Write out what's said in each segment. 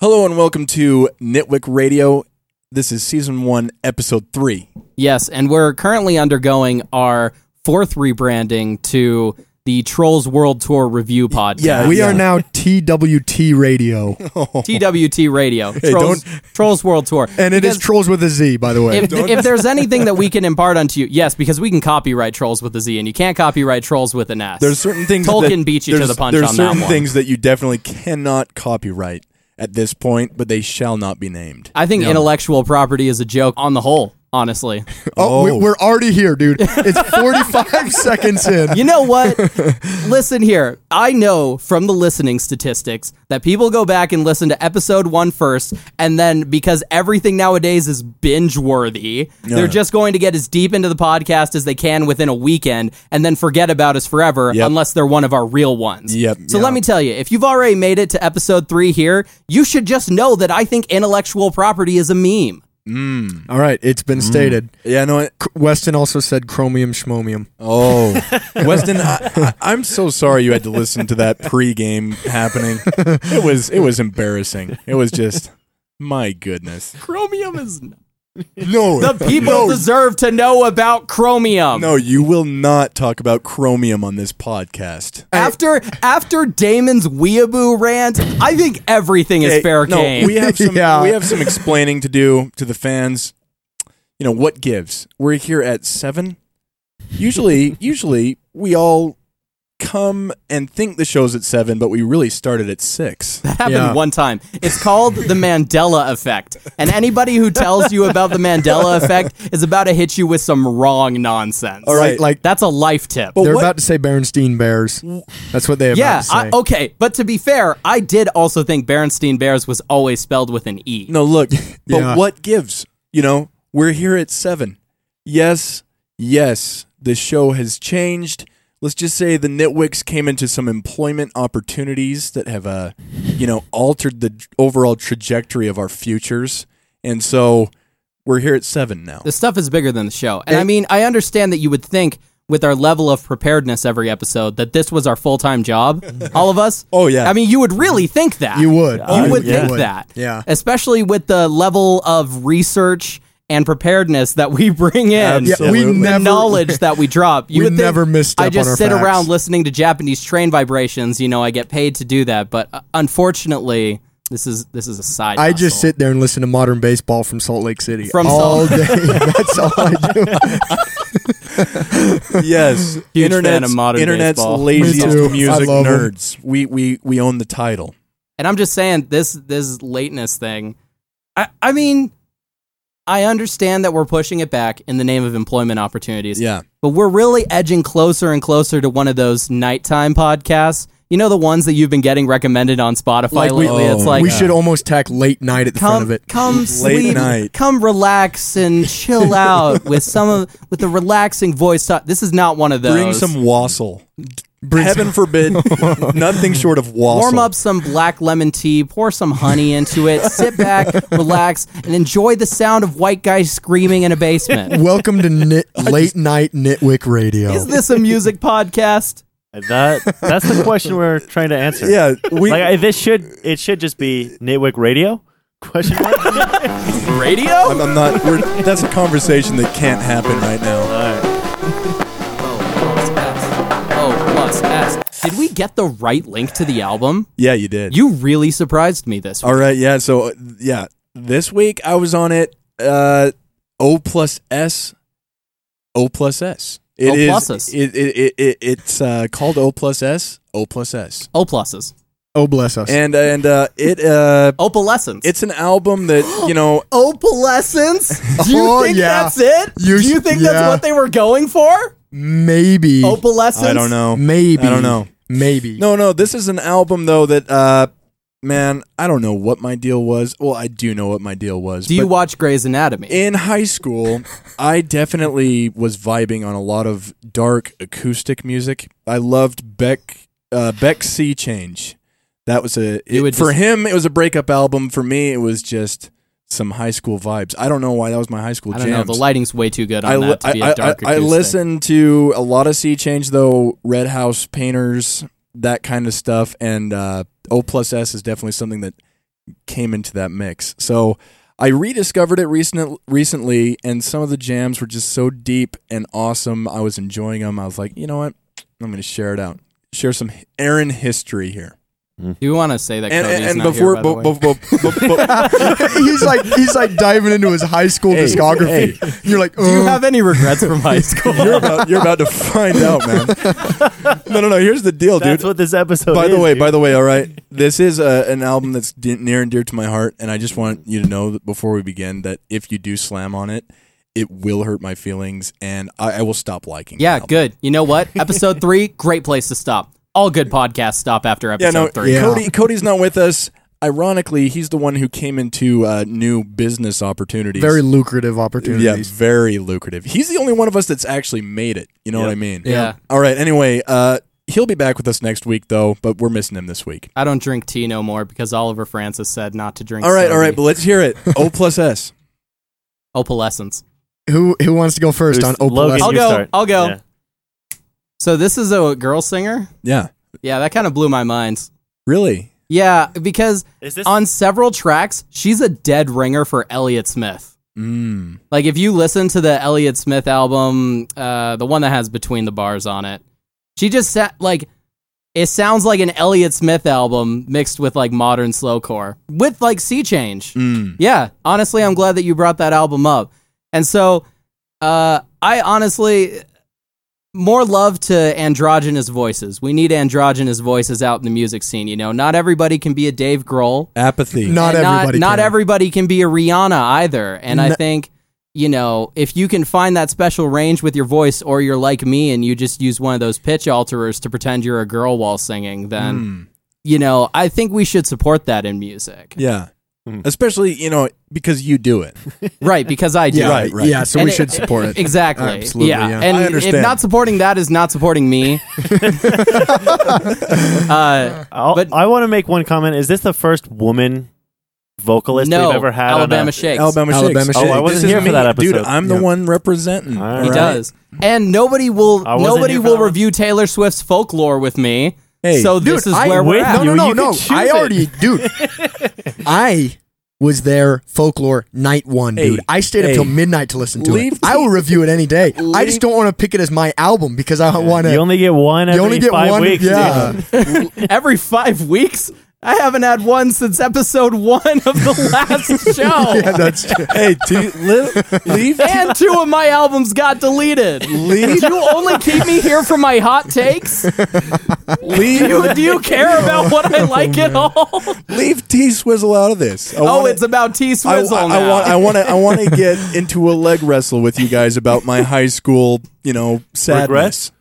Hello and welcome to Nitwick Radio. This is season one, episode three. Yes, and we're currently undergoing our fourth rebranding to the Trolls World Tour Review podcast. yeah, We are now TWT Radio, TWT Radio. Trolls, Trolls World Tour. and it is Trolls with a Z, by the way. If, if there's anything that we can impart unto you, yes, because we can copyright Trolls with a Z, and you can't copyright Trolls with an S. There's certain things Tolkien that, beat you to there's- the punch There's on that certain one. things that you definitely cannot copyright at this point, but they shall not be named. I think intellectual property is a joke on the whole, honestly. oh, we- we're already here, dude. It's 45 seconds in. You know what? listen here. I know from the listening statistics that people go back and listen to episode one first, and then because everything nowadays is binge worthy, they're just going to get as deep into the podcast as they can within a weekend and then forget about us forever Yep. unless they're one of our real ones. Yep. So Yeah. let me tell you if you've already made it to episode three here, you should just know that I think intellectual property is a meme. All right, it's been stated. Yeah, no. I- Weston also said chromium schmomium. Oh, Weston, I, I, I'm so sorry you had to listen to that pregame happening. It was it was embarrassing. It was just my goodness. Chromium is. No, The people deserve to know about chromium. no, you will not talk about chromium on this podcast. After after Damon's weeaboo rant, I think everything is Hey, fair no, game. We have some Yeah. we have some explaining to do to the fans. You know what gives? We're here at seven. Usually, usually we all come and think the show's at seven, but we really started at six. that happened yeah. one time. It's called the Mandela effect. And anybody who tells you about the Mandela effect is about to hit you with some wrong nonsense. All right. Like, like That's a life tip. they're what- about to say Berenstein Bears. That's what they about yeah, to say. I, oh, okay, but to be fair, I did also think Berenstein Bears was always spelled with an E. No, look, but Yeah. what gives? You know, we're here at seven. Yes, yes, the show has changed. Let's just say the Nitwicks came into some employment opportunities that have, uh, you know, altered the overall trajectory of our futures, and so we're here at seven now. The stuff is bigger than the show. And I mean, I understand that you would think with our level of preparedness every episode that this was our full-time job, all of us. Oh, yeah. I mean, you would really think that. You would. You I- would yeah. think would. that. Yeah. Especially with the level of research and preparedness that we bring in. Yeah, we Absolutely. The never knowledge that we drop. You We would think, never misstep I just on our sit facts. around listening to Japanese train vibrations. You know, I get paid to do that, but uh, unfortunately, this is this is a side. I just hustle. sit there and listen to modern baseball from Salt Lake City From all day. That's all I do. yes, Huge fan internet's, of modern internet's baseball. Me too. I laziest music love 'em. nerds. We we we own the title. And I'm just saying this this lateness thing. I I mean, I understand that we're pushing it back in the name of employment opportunities. Yeah. But we're really edging closer and closer to one of those nighttime podcasts. You know the ones that you've been getting recommended on Spotify Like we- lately. it's Oh, like uh, we should almost tack late night at the front of come it. come sleep, night. come relax and chill out with some of with the relaxing voice. This is not one of those. Bring some wassail. Heaven forbid, nothing short of wassail. warm up some black lemon tea, pour some honey into it, sit back, relax, and enjoy the sound of white guys screaming in a basement. Welcome to nit- late night Nitwick Radio. Is this a music podcast? That that's the question we're trying to answer. Yeah, we Like I, this should it should just be Nitwick Radio? Question mark. Radio? I'm, I'm not. We're, that's a conversation that can't happen right now. Oh, plus S. Did we get the right link to the album? Yeah, you did. You really surprised me this week. All right. Yeah. So uh, yeah, this week I was on it. Uh, O plus S. O plus S. It O is- plus S. It, it, it, it, it's uh, called O plus S. O plus S. O pluses. oh, bless us. And and uh, it uh, Opalescence. it's an album that you know. opalescence? Do you Oh, think yeah. that's it? You Do you s- think yeah. that's what they were going for? Maybe. Oh, Opalescence? I don't know. Maybe. I don't know. Maybe. No, no, this is an album though that uh man, I don't know what my deal was. Well, I do know what my deal was. Do you but watch Grey's Anatomy? in high school, I definitely was vibing on a lot of dark acoustic music. I loved Beck uh Beck Sea Change. That was a You it- would for just- him it was a breakup album. For me it was just some high school vibes. I don't know why that was my high school I don't jams. know. The lighting's way too good on I, li- that to be I- a dark I, I, I acoustic. listened to a lot of Sea Change though, Red House Painters, that kind of stuff, and uh, O plus S is definitely something that came into that mix. So I rediscovered it recent, recently, and some of the jams were just so deep and awesome. I was enjoying them. I was like, you know what? I'm going to share it out. Share some Aaron history here. You want to say that And, Cody's and, and not before, here, by the way. bu- bu- bu- bu- bu- he's like he's like diving into his high school Hey, discography. You're like, Do you "Uh, have any regrets from high school? you're about you're about to find out, man. No, no, no. Here's the deal, dude. That's what this episode by the is, way, dude. by the way, all right. This is uh an album that's de- near and dear to my heart, and I just want you to know that before we begin that if you do slam on it, it will hurt my feelings, and I, I will stop liking. the yeah, album. good. You know what? Episode three, great place to stop. All good podcasts stop after Yeah, episode no, three. yeah. Cody. Cody's not with us. Ironically, he's the one who came into uh, new business opportunities. very lucrative yeah, opportunities. very lucrative. He's the only one of us that's actually made it. You know what I mean? Yeah. All right. Anyway, uh, he'll be back with us next week, though, but we're missing him this week. I don't drink tea no more because Oliver Francis said not to drink. All right, all right, but soda. let's hear it. O plus S. Opalescence. Who who wants to go first on Who's- Opalescence? Logan, Oh, I'll you go, start. I'll go. Yeah. So this is a girl singer. Yeah, Yeah, that kind of blew my mind. really. Yeah, because Is this on several tracks, she's a dead ringer for Elliott Smith. Mm. Like if you listen to the Elliott Smith album, uh, the one that has Between the Bars on it, she just sat like it sounds like an Elliott Smith album mixed with like modern slowcore with like Sea Change. Mm. Yeah, honestly, I'm glad that you brought that album up. And so, uh, I honestly more love to androgynous voices. We need androgynous voices out in the music scene. You know, not everybody can be a Dave Grohl. Apathy. Not And everybody. Not, can. everybody can be a Rihanna either. And I No- think you know if you can find that special range with your voice, or you're like me and you just use one of those pitch alterers to pretend you're a girl while singing, then Mm. you know I think we should support that in music, Yeah. Mm. Especially, you know, because you do it. right? Because I do. Yeah, Right, right. yeah. So And we it- should support it. Exactly. Absolutely, Yeah. yeah. And I if understand. not supporting that is not supporting me. uh, I'll, but- I want to make one comment. Is this the first woman vocalist no, we've ever had? on Alabama a, Shakes. Alabama Shakes. Alabama Oh, I Shakes. wasn't This is here for me. that episode. Dude, I'm Yeah. the one representing. All right. He Alright. does, and nobody will I wasn't nobody here for will that one. review Taylor Swift's folklore with me. Hey, so Dude, this is I- where we're with at. No, no, You- no, you no. can choose I it. already, dude. I was there folklore night one, Hey, dude. I stayed hey. up till midnight to listen to Leave it. I will review it any day. I Leave- just don't want to pick it as my album because I want You to. only get one every You only get five one. weeks. yeah. dude. Every five weeks, I haven't had one since episode one of the last show, yeah, that's true. hey, to live, leave. and two of my albums got deleted. Leave, You only keep me here for my hot takes. leave, Do, do you care about what I like at Oh, all? leave T Swizzle out of this. I Oh, wanna- it's about T I, Swizzle I- I now. want. I want to. I want to get into a leg wrestle with you guys about my high school. You know, sadness. Regrets?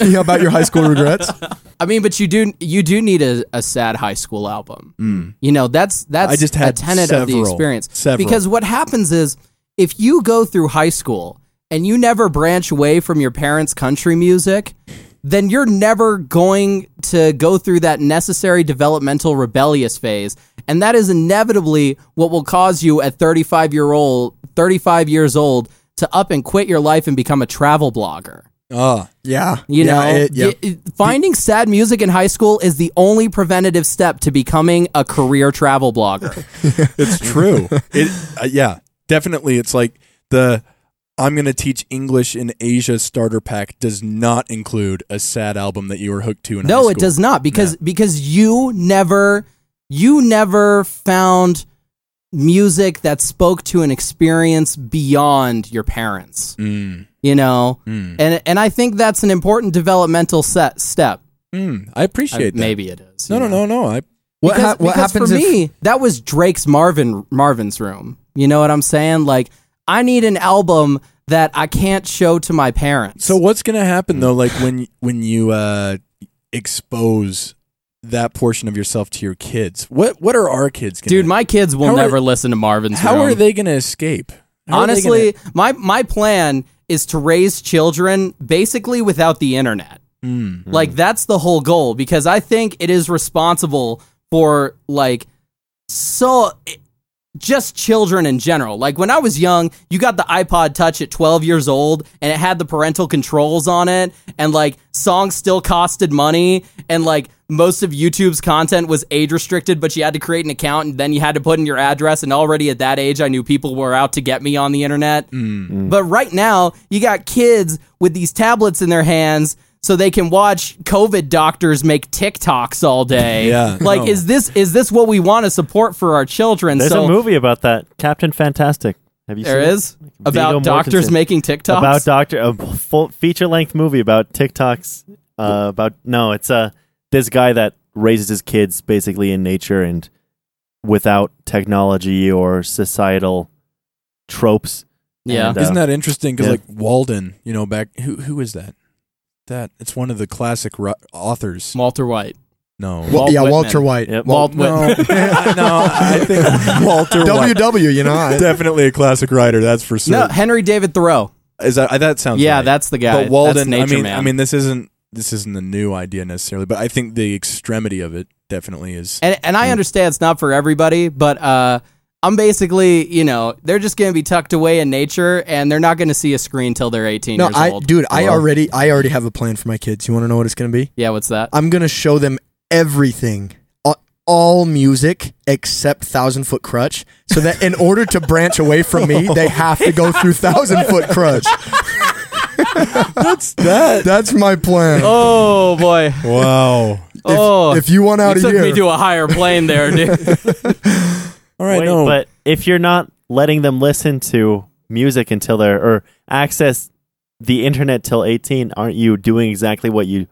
Yeah, about your high school regrets. I mean, but you do you do need a, a sad high school album. You know, that's that's Mm. I just had a tenet of the several, experience. several. Because what happens is if you go through high school and you never branch away from your parents' country music, then you're never going to go through that necessary developmental rebellious phase. And that is inevitably what will cause you at 35 year old 35 years old to up and quit your life and become a travel blogger. Ah, Yeah. You yeah, know, it- yeah. y- y- finding sad music in high school is the only preventative step to becoming a career travel blogger. it's true. it. Uh, yeah, definitely. It's like the. I'm going to teach English in Asia starter pack does not include a sad album that you were hooked to in high no, school. it does not because because you never you never found music that spoke to an experience beyond your parents. Mm, You know, mm, and and I think that's an important developmental set step. mm. I appreciate that. Maybe it is. No, you no, know? no, no. I What, because, hap- what because happens for if- me that was drake's marvin marvin's room you know what i'm saying like i need an album that i can't show to my parents So what's gonna happen though? Like when when you uh, expose that portion of yourself to your kids, what what are our kids gonna? dude my kids will How are- never listen to marvin's how room are they gonna escape? How are they honestly my my plan is to raise children basically without the internet gonna- Mm. Like that's the whole goal because I think it is responsible for like so just children in general. Like when I was young, you got the iPod Touch at 12 years old and it had the parental controls on it and like songs still costed money and like most of YouTube's content was age restricted, but you had to create an account and then you had to put in your address and already at that age I knew people were out to get me on the internet. Mm. But right now, you got kids with these tablets in their hands so they can watch COVID doctors make TikToks all day. Yeah, Like no. is this is this what we want to support for our children? There's so a movie about that, Captain Fantastic. Have you there seen it? is about Viggo doctors Mortensen. making TikToks. about doctor a full feature length movie about TikToks uh, about no, it's uh this guy that raises his kids basically in nature and without technology or societal tropes. yeah. and, uh, Isn't that interesting? Because Yeah. like Walden, you know, back who who is that? That it's one of the classic ru- authors. Walter White. No, Wa- Walt yeah, Whitman. Walter White. Yep. Walt no, Whitman. no, I think Walter White. WW, you know. I, definitely a classic writer. That's for sure. No, Henry David Thoreau. Is that that sounds Yeah, right. that's the guy. but Walden. That's nature I mean, man. I mean, this isn't this isn't a new idea necessarily, but I think the extremity of it definitely is. and and I understand it's not for everybody, but uh, I'm basically, you know, they're just gonna be tucked away in nature, and they're not gonna see a screen till they're 18 no, years I, old. dude, I already, I already have a plan for my kids. You want to know what it's going to be? yeah, what's that? I'm gonna show them everything, a- all music except Thousand Foot Crutch, so that in order to branch away from me, they have to go through Thousand Foot Crutch. That's that. That's my plan. oh boy! Wow. oh, if you want out you of took here, me to a higher plane there, dude. All right. Wait, no. but if you're not letting them listen to music until they're or access the internet till 18, aren't you doing exactly what you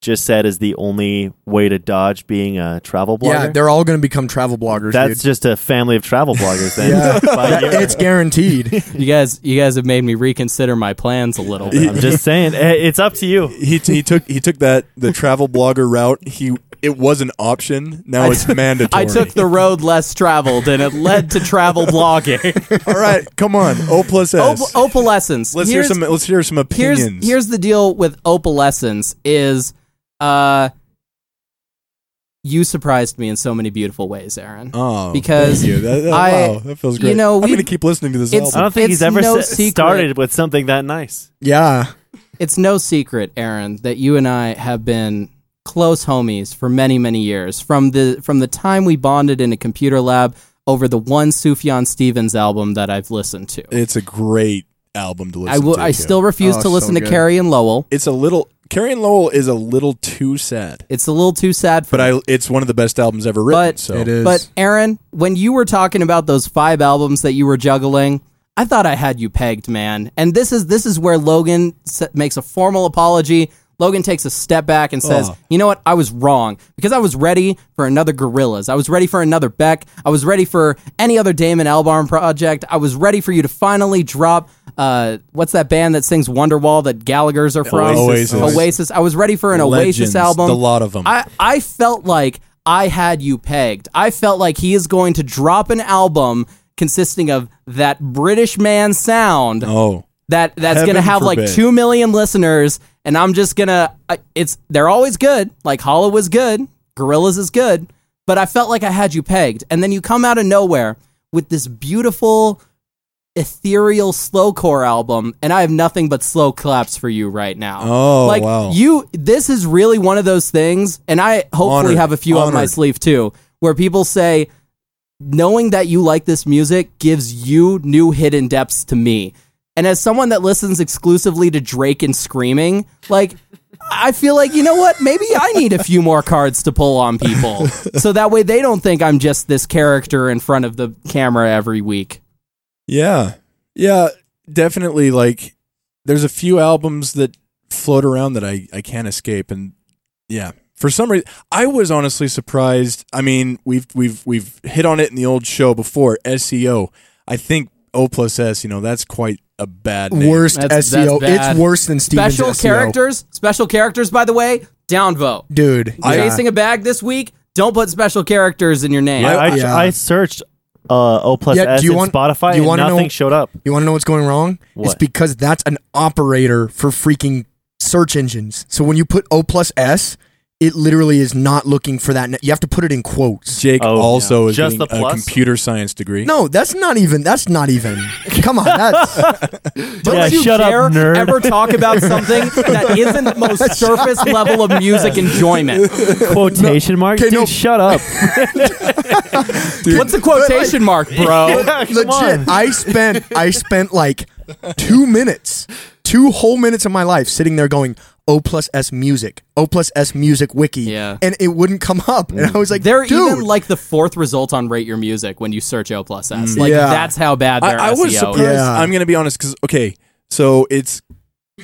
just said is the only way to dodge being a travel blogger? yeah, they're all gonna become travel bloggers. That's dude. just a family of travel bloggers then. Yeah. By you. it's guaranteed. you guys, you guys have made me reconsider my plans a little bit. I'm just saying, eh, it's up to you. he, he took he took that the travel blogger route. He it was an option. Now it's mandatory. I took the road less traveled, and it led to travel blogging. All right, come on. O plus S. Op- opalescence. let's hear Oh, Here's- some. Let's hear some here's opinions. here's the deal with opalescence is uh you surprised me in so many beautiful ways aaron oh, because thank you. That, that- I- wow, that feels great. you know, I'm we- gonna keep listening to this it's- I album. don't think It's he's ever no s- secret. started with something that nice. Yeah, it's no secret aaron that you and i have been close homies for many many years from the from the time we bonded in a computer lab over the one sufjan stevens album that i've listened to It's a great album to listen i will to. i too. still refuse Oh, to listen to so good. carrie and lowell It's a little. Carrie and Lowell is a little too sad, it's a little too sad for but I. It's one of the best albums ever written. But- so it is. But Aaron, when you were talking about those five albums that you were juggling, I thought I had you pegged, man. And this is this is where Logan s- makes a formal apology. Logan takes a step back and says, Oh. "You know what? I was wrong because I was ready for another Gorillas. I was ready for another Beck. I was ready for any other Damon Albarn project. I was ready for you to finally drop uh, what's that band that sings Wonderwall that Gallagher's are from? Oasis. Oasis. Oasis. I was ready for an Legends, Oasis album. the lot of them. I, I felt like I had you pegged. I felt like he is going to drop an album consisting of that British man sound oh, that that's going to Heaven have like forbid. 2 million listeners and I'm just going to it's they're always good. Like Hollow is good, Gorillas is good, but I felt like I had you pegged. And then you come out of nowhere with this beautiful ethereal slowcore album and I have nothing but slow claps for you right now. Oh, like wow. you this is really one of those things and I hopefully Honored. have a few up my Honored. sleeve too where people say knowing that you like this music gives you new hidden depths to me. And as someone that listens exclusively to Drake and screaming, like I feel like you know what? Maybe I need a few more cards to pull on people, so that way they don't think I'm just this character in front of the camera every week. Yeah. Yeah, definitely like there's a few albums that float around that I I can't escape and yeah. For some reason I was honestly surprised. I mean, we've we've we've hit on it in the old show before, SEO. I think O plus S, you know, that's quite a bad name. worst That's- that's SEO. bad. it's worse than Steven's E special SEO. characters, special characters. By the way, downvote. dude. yeah. Chasing a bag this week. Don't put special characters in your name. I, I, yeah. I searched uh, O plus Yeah, S do you in want- Spotify do you and wanna know- nothing showed up. You want to know what's going wrong? It's What? because that's an operator for freaking search engines. So when you put O plus S, it literally is not looking for that. ne- You have to put it in quotes. Jake Oh, also yeah. is Just getting the a plus? computer science degree. No, that's not even. That's not even. Come on, that's Don't Yeah, you shut up, dare nerd. ever talk about something that isn't the most surface level of music enjoyment. Quotation mark? Okay, Dude, no. shut up. What's a quotation mark, bro? Yeah, come legit. on. I spent I spent like two minutes, two whole minutes of my life sitting there going O plus S music, O plus S music wiki, Yeah. and it wouldn't come up. And I was like, They're dude, even like the fourth result on Rate Your Music when you search O plus S. Like Yeah. that's how bad their E I, I SEO was surprised. is. Yeah. I'm gonna be honest because okay, so it's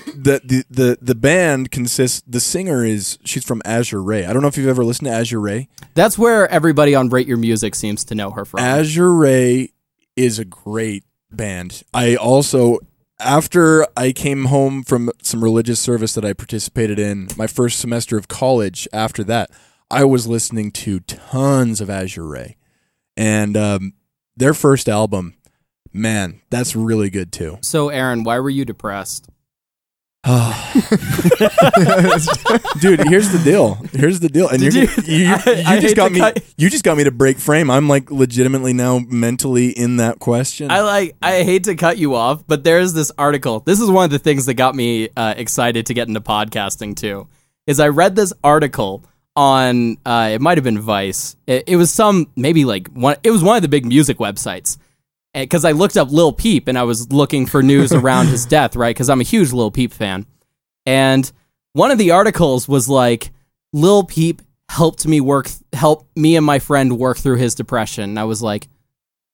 the, the the the band consists. The singer is she's from Azure Ray. I don't know if you've ever listened to Azure Ray. That's where everybody on Rate Your Music seems to know her from. Azure Ray is a great band. I also after I came home from some religious service that I participated in my first semester of college. After that, I was listening to tons of Azure Ray, and um, their first album, man, that's really good too. so Aaron, why were you depressed? dude here's the deal here's the deal and you're, Did you, you, you- I- you I hate just got to me cut- you just got me to break frame i'm like legitimately now mentally in that question I like I hate to cut you off, but there's this article. This is one of the things that got me uh, excited to get into podcasting too. Is I read this article on uh, it might have been Vice. It, it was some maybe like one. It was one of the big music websites. Because I looked up Lil Peep and I was looking for news around his death, right? Because I'm a huge Lil Peep fan. And one of the articles was like, Lil Peep helped me work, help me and my friend work through his depression. And I was like,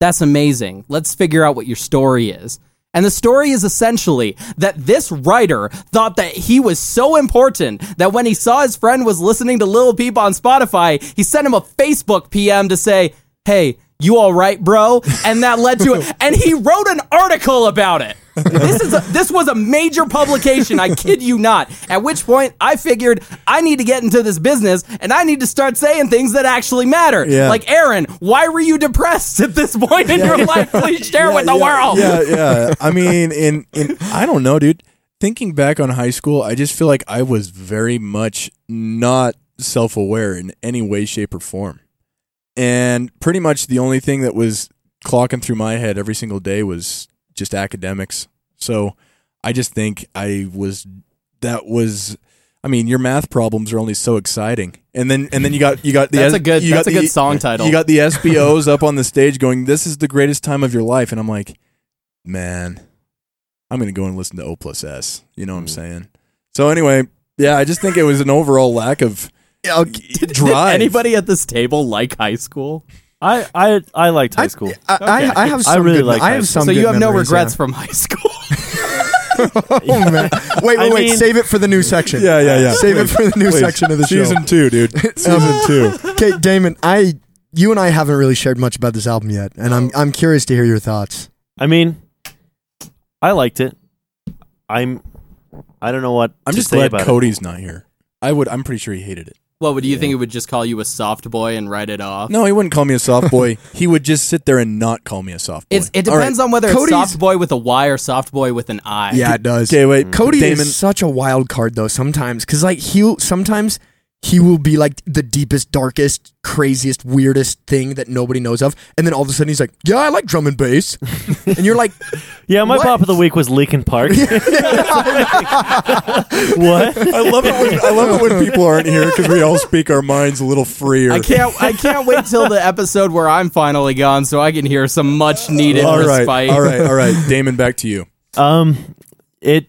that's amazing. Let's figure out what your story is. And the story is essentially that this writer thought that he was so important that when he saw his friend was listening to Lil Peep on Spotify, he sent him a Facebook PM to say, Hey, you all right, bro? And that led to it. And he wrote an article about it. This is a, this was a major publication. I kid you not. At which point, I figured I need to get into this business and I need to start saying things that actually matter. Yeah. Like Aaron, why were you depressed at this point in your life? Please share with the world. yeah yeah i mean in, in i don't know dude thinking back on high school i just feel like i was very much not self-aware in any way shape or form and pretty much the only thing that was clocking through my head every single day was just academics so i just think i was that was i mean your math problems are only so exciting and then and then you got you got the That's S- a good- you that's got a good the- song title. you got the sbos up on the stage going this is the greatest time of your life and i'm like man, I'm gonna go and listen to O plus S. You know what I'm Mm. saying? So anyway, yeah, I just think it was an overall lack of I'll- drive. Did anybody at this table like high school? I, I, I liked high school. I, Okay. I, I have I some really good, like I high have school. some so you good have no memories, regrets yeah. from high school. Oh, man. Wait, I wait, wait. mean- Save it for the new section. Yeah, yeah, yeah. Save it for the new Please. section of the show. season two, dude. season two. Okay, Damon, I you and I haven't really shared much about this album yet, and I'm I'm curious to hear your thoughts. I mean, I liked it. I'm. I don't know what. I'm to just say glad about it. Cody's not here. I would. I'm pretty sure he hated it. What would you think? It would just call you a soft boy and write it off. No, he wouldn't call me a soft boy. he would just sit there and not call me a soft boy. It's, it All right. depends on whether it's Cody's- soft boy with a Y or soft boy with an I. Yeah, it does. Okay, wait. Cody Damon, is such a wild card though sometimes cuz like he'll sometimes he will be like the deepest, darkest, craziest, weirdest thing that nobody knows of, and then all of a sudden he's like, "Yeah, I like drum and bass," and you're like, Yeah, my What? pop of the week was Linkin Park. what? I love it. When, I love it when people aren't here because we all speak our minds a little freer. I can't. I can't wait till the episode where I'm finally gone, so I can hear some much needed All right, respite. all right, all right. Damon, back to you. Um, it.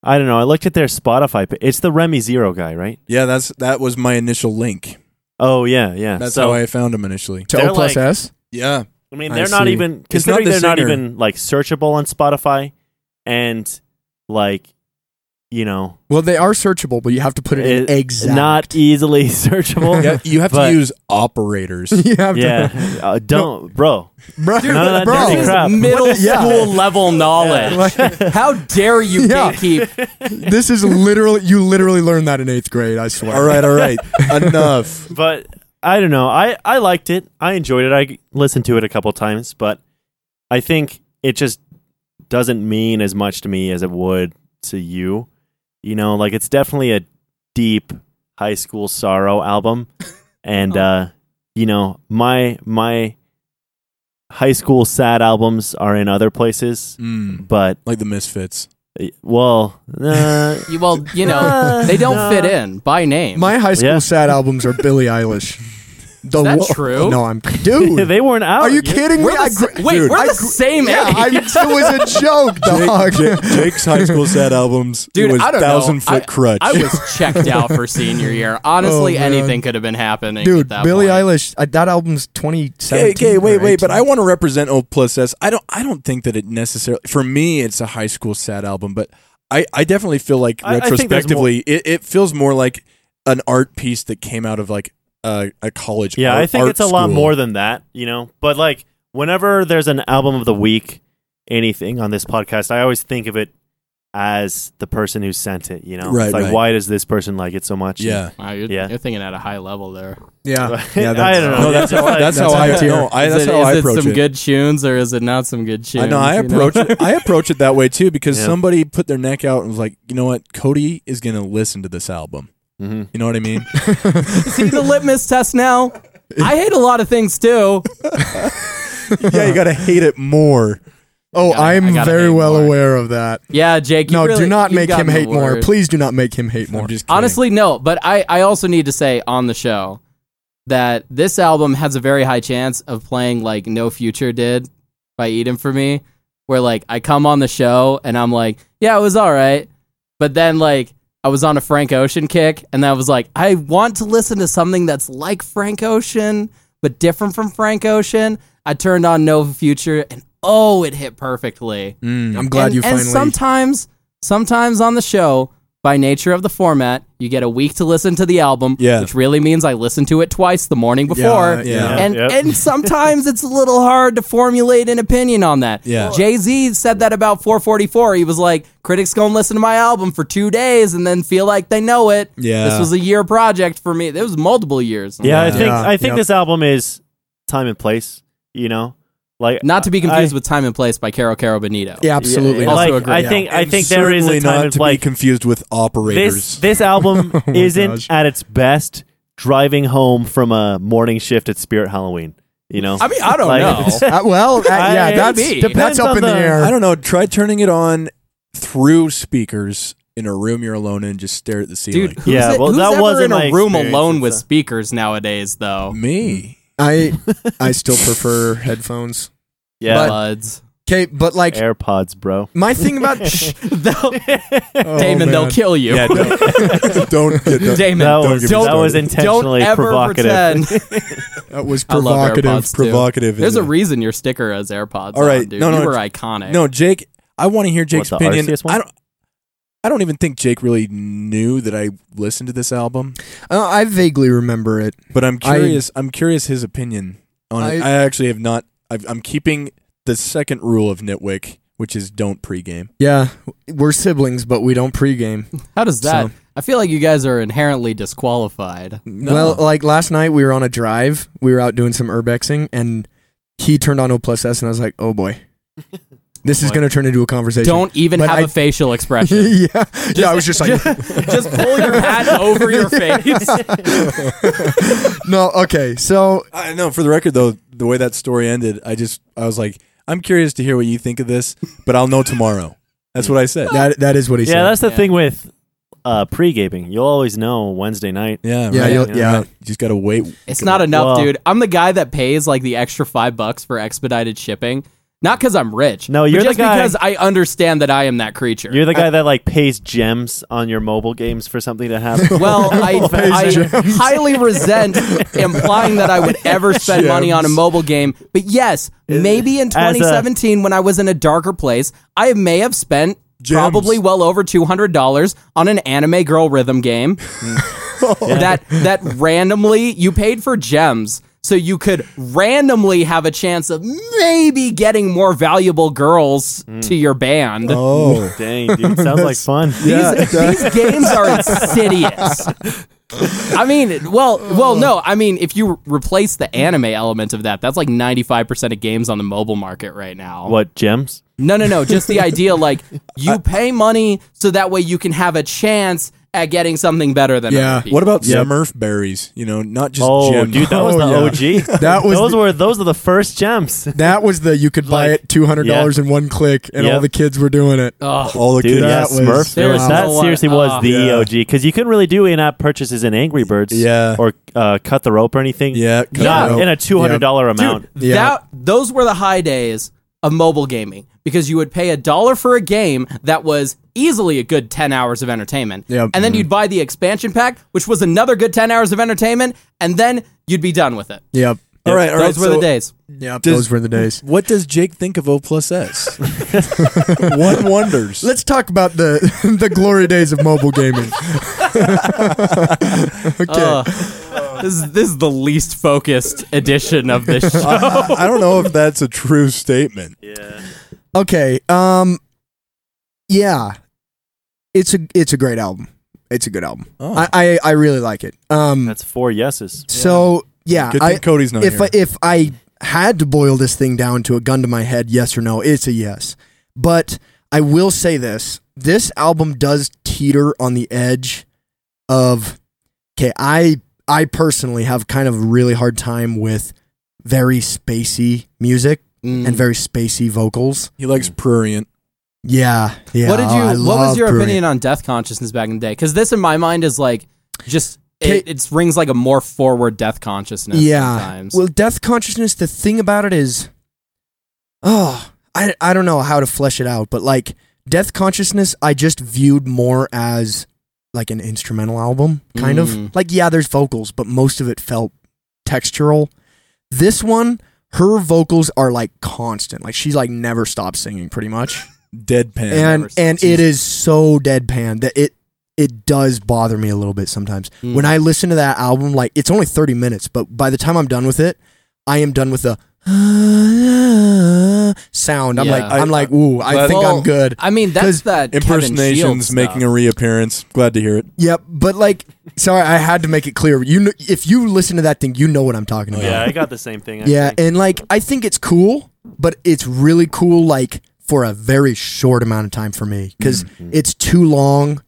I don't know. I looked at their Spotify. pa- It's the Remy Zero guy, right? Yeah, that's that was my initial link. Oh yeah, yeah. That's so how I found him initially. "To They're O plus like- S." Yeah. I mean, I they're not see. even It's not considering the they're not singer. even like searchable on Spotify, and like you know, Well, they are searchable, but you have to put it, it- in exact. not easily searchable. yeah, you have But- to use operators. you have yeah, uh, don't, bro. to, bro. None of that bro. dirty crap. Middle Yeah. school level knowledge. How dare you Yeah. gatekeep? this is literally you literally learned that in eighth grade. I swear. all right, all right. Enough. but I don't know. I I liked it. I enjoyed it. I listened to it a couple times, but I think it just doesn't mean as much to me as it would to you. You know, like it's definitely a deep High School Sorrow album, and Oh. uh, you know my my high school sad albums are in other places, Mm, but like the Misfits. uh, well, uh, You- Well, you know, they don't fit in by name. My high school Yeah. sad albums are Billie Eilish. The Is that wo- true? No, I'm dude. they weren't out. Are you yet. kidding We're me? the I sa- gr- wait, dude, we're I the gr- same Yeah, age. I, it was a joke, dog. Jake, Jake's high school sad albums. Dude, it was I don't thousand know. foot I, crutch. I was checked out for senior year. Honestly, Oh, man. anything could have been happening. Dude, at that Billie point. Eilish. Uh, that album's 2017. Okay, okay, wait, or wait, but 18. I want to represent O plus S. I don't I don't think that it necessarily for me it's a high school sad album, but I, I definitely feel like I- I think there's more- retrospectively it, it feels more like an art piece that came out of like a, a college. Yeah, art, I think art it's a lot school. more than that, you know. But like whenever there's an album of the week anything on this podcast, I always think of it as the person who sent it, you know. Right, it's like right. why does this person like it so much? Yeah. Wow, you're, Yeah. you're thinking at a high level there. Yeah. I Yeah, that's- don't know. No, that's It's how like- that's, that's how I how I- no, I Is that's it, how is I it approach some it. good tunes or is it not some good tunes? I know I you approach it, I approach it that way too because Yeah. somebody put their neck out and was like, you know what, Cody is gonna listen to this album. Mhm. You know what I mean? See the litmus test now? I hate a lot of things too. yeah, you gotta hate it more. Oh, gotta- I I'm gotta very hate well more. aware of that. Yeah, Jake. You No, really- do not you've make him gotten the hate more. word. Please do not make him hate more. I'm just kidding. Honestly, no. But I, I also need to say on the show that this album has a very high chance of playing like No Future did by Eden for me, where like I come on the show and I'm like, yeah, it was all right. But then like I was on a Frank Ocean kick and I was like, I want to listen to something that's like Frank Ocean, but different from Frank Ocean. I turned on No Future and oh, it hit perfectly Mm. I'm glad and, you finally. And sometimes, sometimes on the show, by nature of the format, you get a week to listen to the album, Yeah. which really means I listened to it twice the morning before. yeah. And Yep. and sometimes it's a little hard to formulate an opinion on that. Yeah. Jay Z said that about 444. He was like, critics gonna listen to my album for two days and then feel like they know it. Yeah. This was a year project for me. It was multiple years. Yeah, I think Yeah. I think Yep. this album is time and place, you know. Like Not to be confused I- with Time and Place by Caro Caro Bonito. yeah, absolutely. Also Like, agree, I yeah. think I And think there is a certainly time not and to place. be confused with operators. this this album Oh my isn't gosh. at its best driving home from a morning shift at Spirit Halloween. You know, I mean, I don't Like- know. Uh, well, uh, yeah, I- that's maybe. that's Depends up on in the, the- air. I don't know. Try turning it on through speakers in a room you're alone in and just stare at the ceiling. Dude, who's, Yeah, it- well, who's that ever wasn't in a my room experience, alone it's with a- speakers nowadays, though. Oh, me. I I still prefer headphones. yeah, Buds. Okay, but like AirPods, bro. my thing about shh, oh, Damon, they'll man. kill you. Yeah, don't, don't get that. Damon, That don't, was that was intentionally don't ever provocative. pretend. That was I love provocative. AirPods. provocative. There's a isn't it? reason your sticker is AirPods. All right, on, dude. no, no, you were j- iconic. no, Jake. I want to hear Jake's the opinion. RCS one? I don't. I don't even think Jake really knew that I listened to this album, Uh, I vaguely remember it. but I'm I- curious. I, am curious his opinion on it. I- I actually have not. I've, I'm keeping the second rule of Nitwick, which is don't pregame. Yeah, we're siblings, but we don't pregame. how does that? So- I feel like you guys are inherently disqualified. Well, like last night we were on a drive. We were out doing some urbexing, and he turned on O plus S, and I was like, oh boy, this is boy. going to turn into a conversation. Don't even But have a I- facial expression. yeah, yeah. I was just like, just pull your hat over your face. no, okay. So I know. For the record, though, the way that story ended, I just I was like, I'm curious to hear what you think of this, but I'll know tomorrow. That's what I said. that that is what he Yeah, said. that's the Yeah. thing with uh, pre-gaming. You'll always know Wednesday night. yeah, yeah, right. you'll- yeah. You just gotta wait. It's not enough, Well- dude. I'm the guy that pays like the extra five bucks for expedited shipping. Not because I'm rich. No, but you're the just guy- because I understand that I am that creature. You're the guy that like pays gems on your mobile games for something to happen. well, I, Pays I highly resent implying that I would ever spend money on a mobile game. But yes, maybe in a- 2017, when I was in a darker place, I may have spent Gems. probably well over $200 on an anime girl rhythm game that that randomly you paid for gems so you could randomly have a chance of maybe getting more valuable girls to your band. Oh, Dang, dude, sounds like fun. These, these games are insidious. I mean, well, well, no. I mean, if you replace the anime element of that, that's like ninety-five percent of games on the mobile market right now. What gems? No, no, no. Just the idea, like you pay money so that way you can have a chance at getting something better than Yeah. other people. What about Yep. Smurf berries? You know, not just Oh, gem- dude, that was Oh, yeah. the OG. That was those the- were those are the first gems. That was the you could buy Like- it two hundred dollars in one click, and Yep. all the kids were doing it. Ugh. all the Dude, kids. yeah, That was- Smurfs. There was that no one- seriously was ah. the Yeah. OG because you couldn't really do in-app purchases in Angry Birds, Yeah. or uh, cut the rope or anything. Yeah, cut not the rope. in a two hundred dollar amount. Dude, that those were the high days of mobile gaming because you would pay a dollar for a game that was easily a good 10 hours of entertainment. Yep. Mm-hmm. And then you'd buy the expansion pack, which was another good 10 hours of entertainment, and then you'd be done with it. Yep. All right, all right. Those were the so days. Yep. Does- Those were the days. What does Jake think of O plus S? One wonders. Let's talk about the the glory days of mobile gaming. okay. Uh. Ugh. this, is, this is the least focused edition of this show. I, I don't know if that's a true statement. Okay. Um. Yeah. It's a it's a great album. It's a good album. Oh. I, I I really like it. Um. That's four yeses. so yeah. Good I, thing Cody's not if here. I, if I had to boil this thing down to a gun to my head, yes or no, it's a yes. But I will say this: this album does teeter on the edge of okay. I I personally have kind of a really hard time with very spacey music Mm. and very spacey vocals. he likes prurient. Yeah, yeah. Oh, what did I you? What love was your Prurient. opinion on death consciousness back in the day? Because this, in my mind, is like just Okay. it, it rings like a more forward death consciousness. sometimes. Well, death consciousness, the thing about it is, oh, I, I don't know how to flesh it out, but like death consciousness, I just viewed more as like an instrumental album, kind Mm. of. Like, yeah, there's vocals, but most of it felt textural. This one, her vocals are like constant. Like, she's like never stops singing pretty much. Deadpan. And, never and it is so deadpan that it. It does bother me a little bit sometimes Mm. when I listen to that album, like it's only 30 minutes, but by the time I'm done with it, I am done with the sound. I'm Yeah. like, I- I'm like, ooh, I think Well, Oh. I'm good. I mean, 'Cause that's that Impersonations making a reappearance. Glad to hear it. Yep. But like, sorry, I had to make it clear. You, know, if you listen to that thing, you know what I'm talking about. Oh, Yeah, I got the same thing. Yeah, actually. and like I think it's cool, but it's really cool like for a very short amount of time for me because it's too long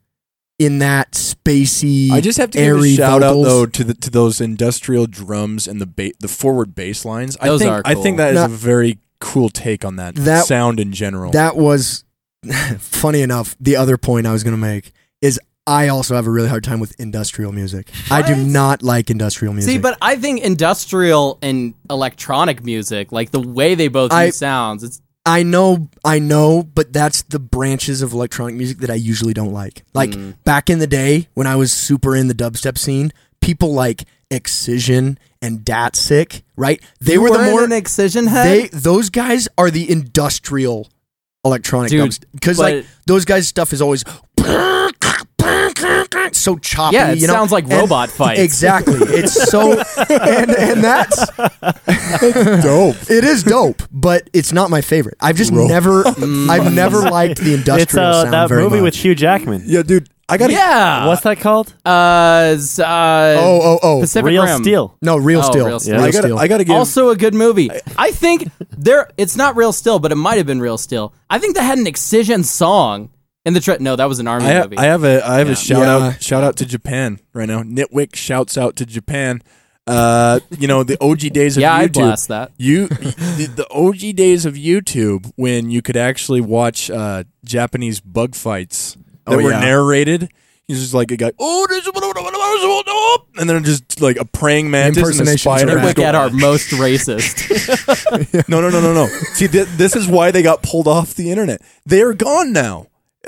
in that spacey. I just have to give a airy shout vocals. out though to the to those industrial drums and the ba- the forward bass lines. I Those think are I cool. think that is No. a very cool take on that, That- sound in general. That was funny enough. The other point I was going to make is I also have a really hard time with industrial music. I do What? not like industrial music. See, but I think industrial and electronic music, like the way they both I- use sounds, it's I know, I know, but that's the branches of electronic music that I usually don't like. Like back in the day when I was super in the dubstep scene, people like Excision and Datsick, right? They You were the weren't more an excision they head. those guys are the industrial electronic Dude, dubstep because but- like those guys' stuff is always so choppy. yeah, it you know? sounds like And- robot fights. Exactly. It's so and and that's dope. it is dope, but it's not my favorite. I've just never, I've never liked the industrial it's uh, sound that very movie much. with Hugh Jackman. Yeah, dude. I got yeah. What's that called? Uh, s- uh, oh, oh, oh, Pacific Real Rim. Steel. no, real Oh, steel. Real Steel. Yeah. I Real got steel. I got to give also a good movie. I think there. It's not real still, but it might have been real still. I think they had an excision song in the tri- No, that was an army I have, movie. I have a I have a shout Yeah. out shout out to Japan right now. Nitwick shouts out to Japan. Uh, you know the OG days of yeah, I YouTube. blast that. You the, the OG days of YouTube when you could actually watch uh, Japanese bug fights that Oh, were yeah. narrated. He's just like a guy. Oh, this is what I want to do," and then just like a praying mantis and a Impersonations spider. are just Look go- at our most racist. No, no, no, no, no. See, th- this is why they got pulled off the internet. They are gone now.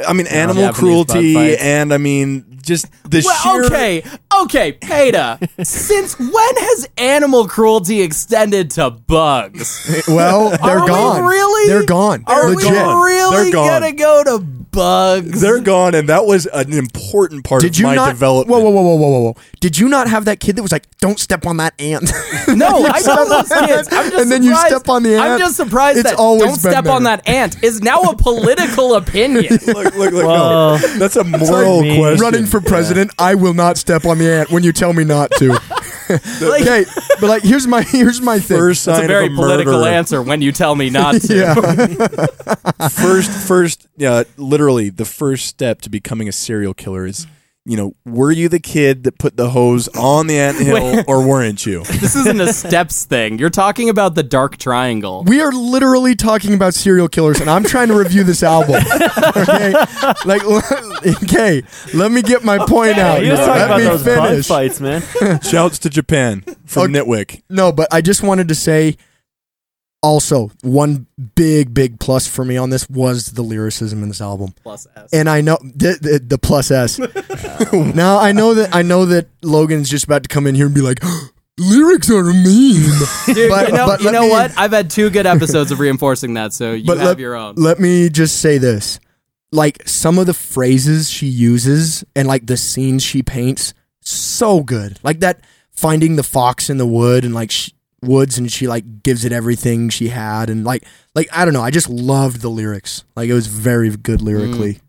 I mean, animal Japanese cruelty, bug fights. and I mean, just the Well, sheer. okay, okay, Peta. since when has animal cruelty extended to bugs? well, they're Are we gone. really? They're gone. Are They're we gone. really They're gone. gonna go to bugs? They're gone, and that was an important part Did of you my not? development. Whoa, whoa, whoa, whoa, whoa, whoa, whoa! Did you not have that kid that was like, "Don't step on that ant"? No, I know those kids. I'm just and then you surprised- step on the I'm ant. just surprised It's that always don't been step on there. that ant is now a political opinion. Look, look, look, Well, no. That's a moral like me question. Running for president, I will not step on the ant when you tell me not to. Like, okay, but like, here's my here's my thing. first sign It's a very of a political murderer. answer when you tell me not to. yeah, First, first, yeah, literally the first step to becoming a serial killer is you know, were you the kid that put the hose on the anthill or weren't you? This isn't a steps thing. You're talking about the dark triangle. We are literally talking about serial killers, and I'm trying to review this album. Okay, like, okay, let me get my point out. You just talking Let about me those bun finish. fights, man. Shouts to Japan from Nitwick. No, but I just wanted to say. Also, one big, big plus for me on this was the lyricism in this album. Plus S. and I know the, the, the plus S. now I know that I know that Logan's just about to come in here and be like, lyrics are mean. Dude, but- you know, but you let know me- what? I've had two good episodes of reinforcing that, so you But have let- your own. Let me just say this: like some of the phrases she uses and like the scenes she paints, so good. Like that finding the fox in the wood and like sh woods, and she like gives it everything she had, and like like I don't know. I just loved the lyrics. Like it was very good lyrically.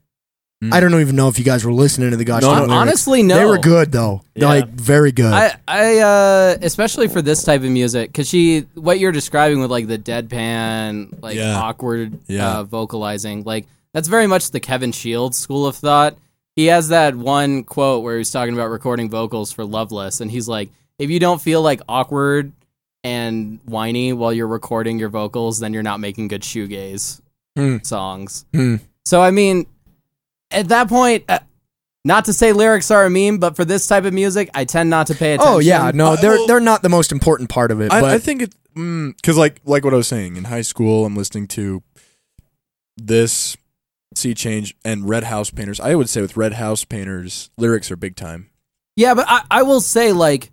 Mm. I don't even know if you guys were listening to the gosh. No, darn no, lyrics. Honestly, no. They were good though. Yeah. Like very good. I, I uh, especially for this type of music, because she, what you're describing with like the deadpan, like Yeah. awkward Yeah. Uh, vocalizing, like that's very much the Kevin Shields school of thought. He has that one quote where he's talking about recording vocals for Loveless, and he's like, if you don't feel like awkward and whiny while you're recording your vocals, then you're not making good shoegaze Hmm. songs. Hmm. So, I mean, at that point, uh, not to say lyrics are a meme, but for this type of music, I tend not to pay attention. oh yeah, no, Uh, they're well- they're not the most important part of it. I, but I think it because like like what I was saying in high school, I'm listening to this Sea Change and Red House Painters. I would say with Red House Painters, lyrics are big time. Yeah, but I, I will say, like,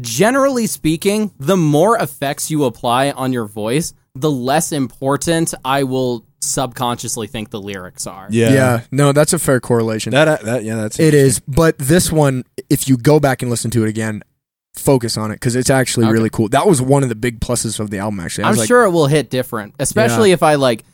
generally speaking, the more effects you apply on your voice, the less important I will subconsciously think the lyrics are. yeah. no, that's a fair correlation. that that yeah, that's it is, but this one, if you go back and listen to it again, focus on it because it's actually Okay. really cool. That was one of the big pluses of the album. Actually, I I'm was like, sure it will hit different, especially if I, like,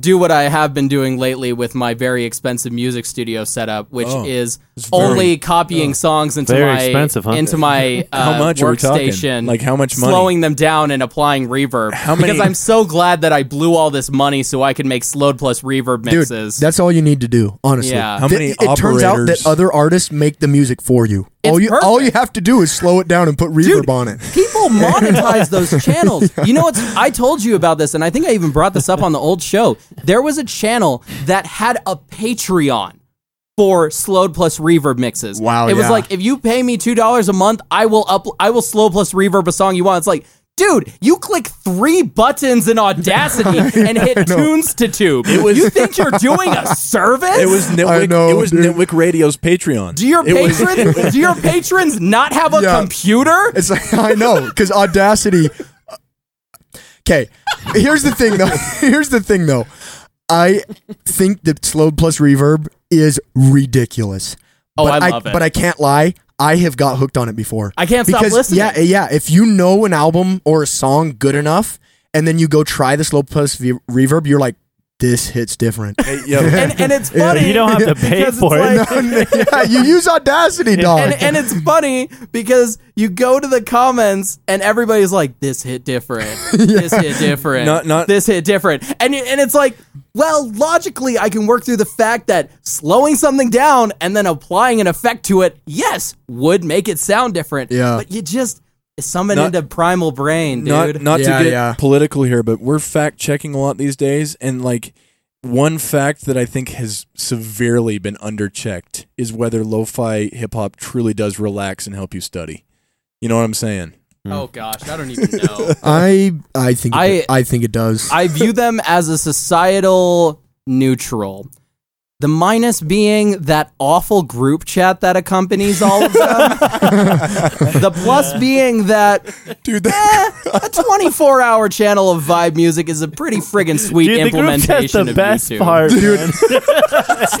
do what I have been doing lately with my very expensive music studio setup, which Oh, is It's very- Oh. only copying songs into Very my expensive, huh? into my uh, how much are we workstation. talking? Like how much money? slowing them down and applying reverb. How Because many- I'm so glad that I blew all this money so I could make slowed plus reverb dude, mixes. that's all you need to do. Honestly, Yeah. How Th- many It, turns out that operators- other artists make the music for you. all It's you all you have to do is slow it down and put reverb on it. People monetize those channels. You know what's I told you about this and I think I even brought this up on the old show. There was a channel that had a Patreon for slowed plus reverb mixes. Wow, It was yeah. like if you pay me $2 a month, I will up I will slow plus reverb a song you want. It's like Dude, you click three buttons in Audacity and hit tunes to tube. you think you're doing a service? It was I Nitwick. know, it was dude. Nitwick Radio's Patreon. do your It was- patrons do your patrons not have a Yeah. computer? It's like I know because Audacity. uh, Okay, here's the thing though. Here's the thing though. I think that slow plus reverb is ridiculous. Oh, but I love it. But I can't lie. I have got hooked on it before. I can't stop listening. Yeah, yeah. If you know an album or a song good enough, and then you go try the slow plus v- reverb, you're like, this hits different. Hey, yeah. and, and it's funny. You don't have to pay because it's for it. like- yeah, you use Audacity, dog. and, and it's funny because you go to the comments and everybody's like, "This hit different. This hit different. Not- not- this hit different." And you- and it's like, well, logically, I can work through the fact that slowing something down and then applying an effect to it, yes, would make it sound different. Yeah. but you just summon Not- into primal brain, not dude. not Yeah, to get yeah. political here, but we're fact checking a lot these days, and like one fact that I think has severely been underchecked is whether lo-fi hip hop truly does relax and help you study. You know what I'm saying? oh gosh, I don't even know. I I think it, I- I, think it does. I view them as a societal neutral. The minus being that awful group chat that accompanies all of them. the plus being that Dude, eh, a 24 hour channel of vibe music is a pretty friggin' sweet Dude, the group chat's implementation the of best YouTube. part, man. It's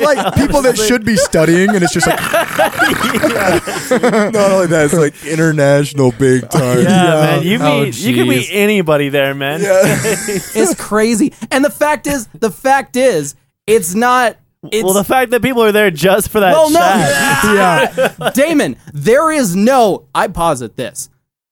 like people that should be studying, and it's just like not only that, it's like international big time. Yeah, man. You Oh, meet, you can meet jeez. anybody there, man. It's crazy. And the fact is, the fact is, it's not. It's, well, the fact that people are there just for that Well, no. chat. Damon, there is no, I posit this.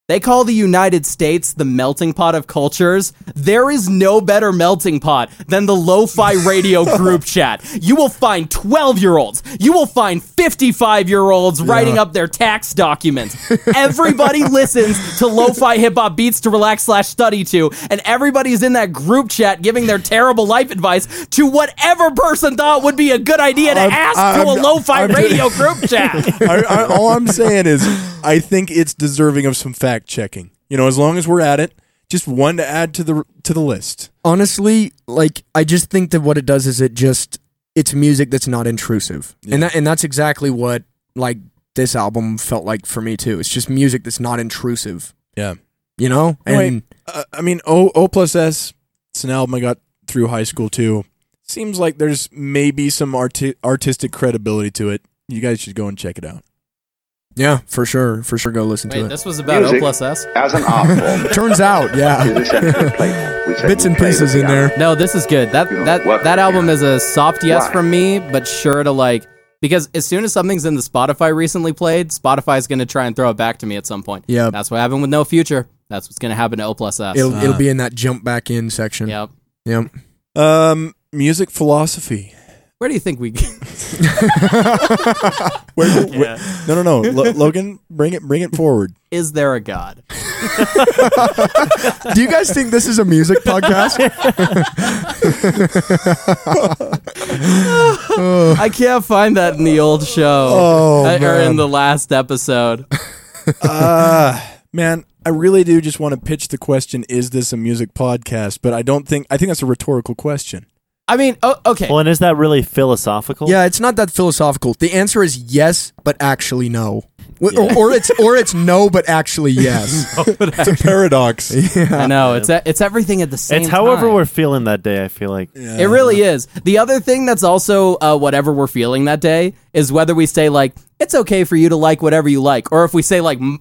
They call the United States the melting pot of cultures. There is no better melting pot than the lo-fi radio group chat. You will find 12-year-olds. You will find 55-year-olds writing up their tax documents. Everybody listens to lo-fi hip-hop beats to relax slash study to, and everybody's in that group chat giving their terrible life advice to whatever person thought would be a good idea to I'm- ask I'm- to a lo-fi I'm- radio group chat. I, I, all I'm saying is, I think it's deserving of some fact checking. You know, as long as we're at it, just one to add to the to the list. honestly, like I just think that what it does is it just it's music that's not intrusive, and that and that's exactly what like this album felt like for me too. It's just music that's not intrusive, Yeah. you know. And Right. Uh, I mean, O O plus S. It's an album I got through high school too. Seems like there's maybe some arti- artistic credibility to it. You guys should go and check it out. yeah, for sure, for sure, go listen to Wait, it. this was about O Music. plus S? As an art form, Turns out, is yeah, essentially playful. We said bits we and played pieces with in the there. No, this is good. That You know, that work that with album you. is a soft yes Why? from me, but sure to like because as soon as something's in the Spotify recently played, Spotify's gonna try and throw it back to me at some point. Yep. that's what happened with No Future. That's what's gonna happen to O plus S. it'll it'll be in that jump back in section. Yep. Yep. Um, music philosophy. Where do you think we? Where, where- no, no, no, Lo- Logan, bring it, bring it forward. is there a God? Do you guys think this is a music podcast? I can't find that in the old show Oh, Uh, or man. in the last episode. Ah, man, I really do just want to pitch the question: Is this a music podcast? But I don't think I think that's a rhetorical question. I mean, oh, okay. Well, and is that really philosophical? yeah, it's not that philosophical. The answer is yes, but actually no. Or- Or, or it's or it's no, but actually yes. It's a paradox. I know it's a, it's everything at the same. It's however time. we're feeling that day, I feel like. It really is. The other thing that's also uh, whatever we're feeling that day is whether we say like it's okay for you to like whatever you like, or if we say like m-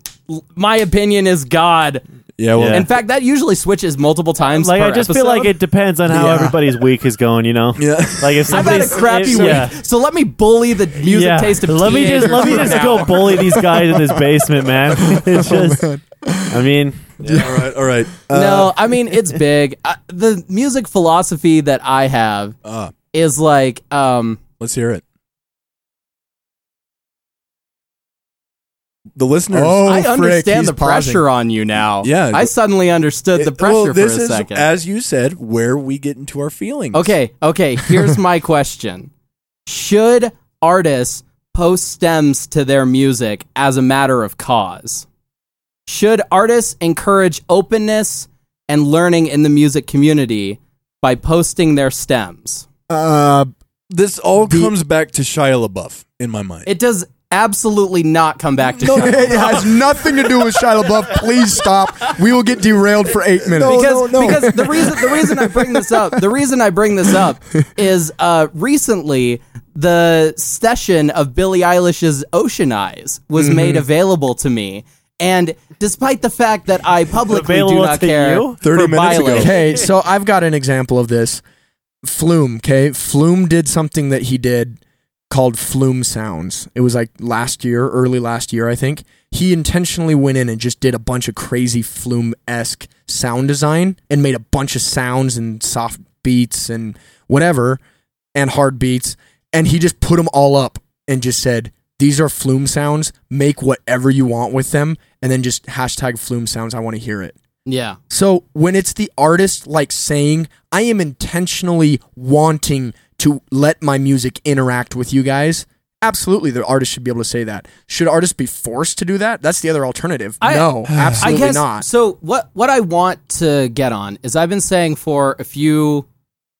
my opinion is God. Yeah, well, Yeah. In fact, that usually switches multiple times. Like per I just feel episode. like it depends on how Yeah. everybody's week is going, you know. Yeah. Like if I've had a somebody's crappy if- week, yeah. so let me bully the music yeah. taste of let me just let me teenagers just for go now. bully these guys in this basement, man. Oh, It's just, I mean, all right, all right. no, I mean it's big. Uh, the music philosophy that I have Uh, is like um, let's hear it. The listeners. Oh, I frick, understand he's the pressure on pausing. you now. Yeah. I suddenly understood the It- pressure well, this for a is, second. As you said, where we get into our feelings. Okay, okay. Here's my question: Should artists post stems to their music as a matter of cause? Should artists encourage openness and learning in the music community by posting their stems? Uh, This all The- comes back to Shia LaBeouf in my mind. It does absolutely not come back to it has nothing to do with Shia LaBeouf. Please stop. We will get derailed for eight minutes. Oh, because, because the reason the reason I bring this up the reason I bring this up is uh, recently the session of Billie Eilish's Ocean Eyes was Mm-hmm. made available to me, and despite the fact that I publicly do Available not to care, you? 30 for minutes ago. violence- okay, so I've got an example of this. Flume, okay? Flume did something that he did called Flume Sounds. It was like last year, early last year, I think. He intentionally went in and just did a bunch of crazy Flume esque sound design and made a bunch of sounds and soft beats and whatever and hard beats. And he just put them all up and just said, these are flume sounds. Make whatever you want with them, and then just hashtag flume sounds. I want to hear it. Yeah, So when it's the artist like saying, I am intentionally wanting to let my music interact with you guys, absolutely the artist should be able to say that. Should artists be forced to do that? That's the other alternative. I- no, absolutely I guess. not. So what what I want to get on is I've been saying for a few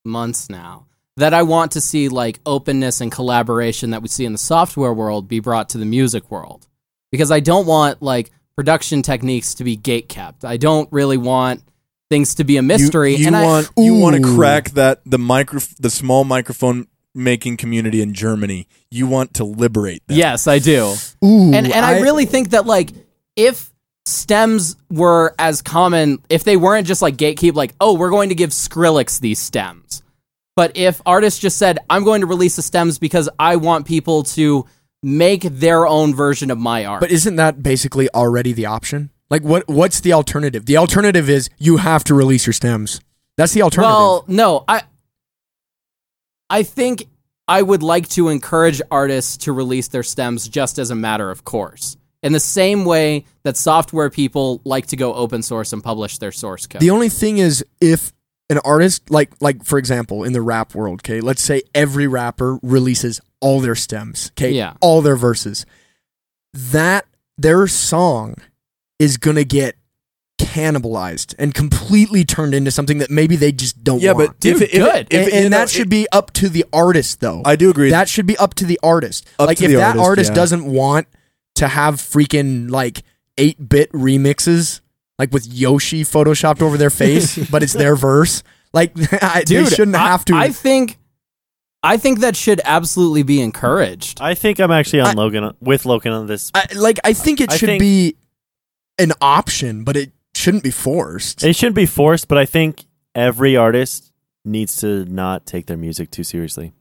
months now that I want to see like openness and collaboration that we see in the software world be brought to the music world because I don't want like production techniques to be gate kept. I don't really want things to be a You- mystery. You, and want you want to Ooh. crack that the micro the small microphone making community in Germany. You want to liberate that. I, yes, I do. Ooh, and and I, really think that like if stems were as common, if they weren't just like gatekeep, like oh we're going to give Skrillex these stems, but if artists just said I'm going to release the stems because I want people to make their own version of my art. But isn't that basically already the option? Like what what's the alternative? The alternative is you have to release your stems. That's the alternative. Well, no, I I think I would like to encourage artists to release their stems just as a matter of course. In the same way that software people like to go open source and publish their source code. the only thing is if an artist like like for example in the rap world, okay, let's say every rapper releases all their stems, okay? Yeah. All their verses. That their song is going to get cannibalized and completely turned into something that maybe they just don't Yeah, want. but if, Dude, if, good. if- and, you and know, that should be up to the artist though. I do agree. That should be up to the artist. Up like to if the that artist, artist yeah. doesn't want to have freaking like eight bit remixes, like with Yoshi photoshopped over their face, but it's their verse. Like I, Dude, they shouldn't I- have to. I think I think that should absolutely be encouraged. I think I'm actually on I- Logan with Logan on this. I- like I think it I should think- be an option, but it shouldn't be forced. It shouldn't be forced, but I think every artist needs to not take their music too seriously.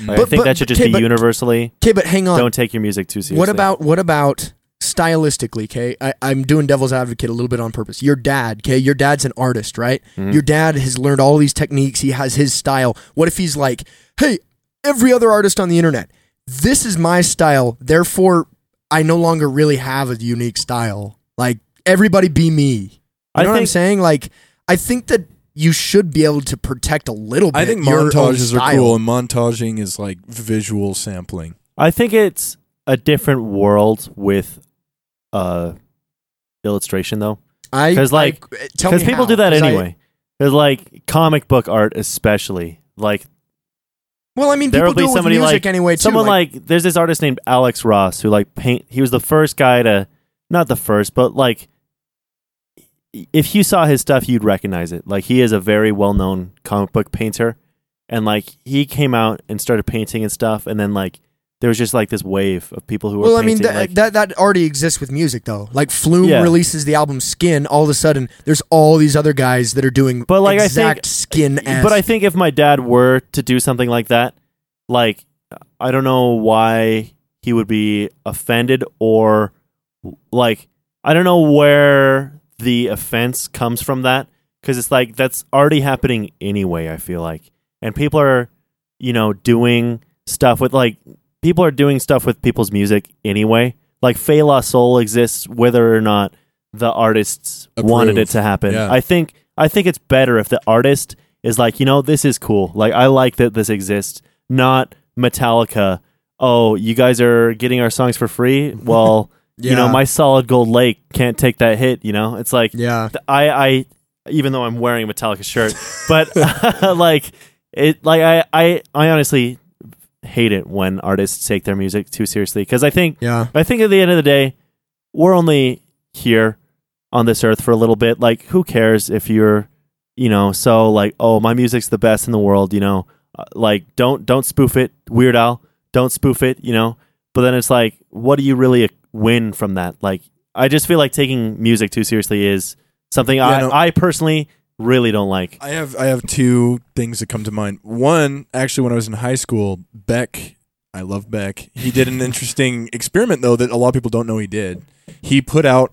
Like, I But- think but- that should just okay, be but- universally. okay, but hang on. Don't take your music too seriously. What about what about stylistically, okay? I, I'm doing devil's advocate a little bit on purpose. Your dad, okay? Your dad's an artist, right? Mm-hmm. Your dad has learned all these techniques. He has his style. What if he's like, hey, every other artist on the internet, this is my style. Therefore, I no longer really have a unique style. Like everybody be me. I You know what I'm think- saying? Like I think that you should be able to protect a little bit. I think your own montages are style. cool, and montaging is like visual sampling. I think it's a different world with uh illustration though. I 'Cause, like- I- tell me Because people how, do that 'cause I- anyway. Because like comic book art especially. Like well, I mean, there people will do be it with somebody music like anyway. Too. someone like, there's this artist named Alex Ross who like paint he was the first guy to not the first, but like if you saw his stuff you'd recognize it. Like he is a very well known comic book painter. And like he came out and started painting and stuff and then like there was just like this wave of people who were Well, I mean painting, that, like, that that already exists with music though. Like Flume Yeah. releases the album Skin, all of a sudden there's all these other guys that are doing But, like, I exact think- skin as But I think if my dad were to do something like that, like I don't know why he would be offended or like I don't know where the offense comes from that cuz it's like that's already happening anyway, I feel like. And people are, you know, doing stuff with like people are doing stuff with people's music anyway. Like Fela Soul exists whether or not the artists wanted Approve. it to happen. Yeah. I think I think it's better if the artist is like, you know, this is cool. Like I like that this exists. Not Metallica. Oh, you guys are getting our songs for free. Well, you know, Yeah. my solid gold lake can't take that hit. You know, it's like yeah. th- I I even though I'm wearing a Metallica shirt, but like it like I I I honestly hate it when artists take their music too seriously because I think Yeah. I think at the end of the day, we're only here on this earth for a little bit. Like, who cares if you're, you know, so like, oh, my music's the best in the world, you know, Uh, like don't don't spoof it, Weird Al, don't spoof it, you know. But then it's like, what do you really uh, win from that? Like, I just feel like taking music too seriously is something I no. I personally really don't like. I have I have two things that come to mind. One, actually, when I was in high school, Beck, I love Beck. He did an interesting experiment though that a lot of people don't know he did. He put out,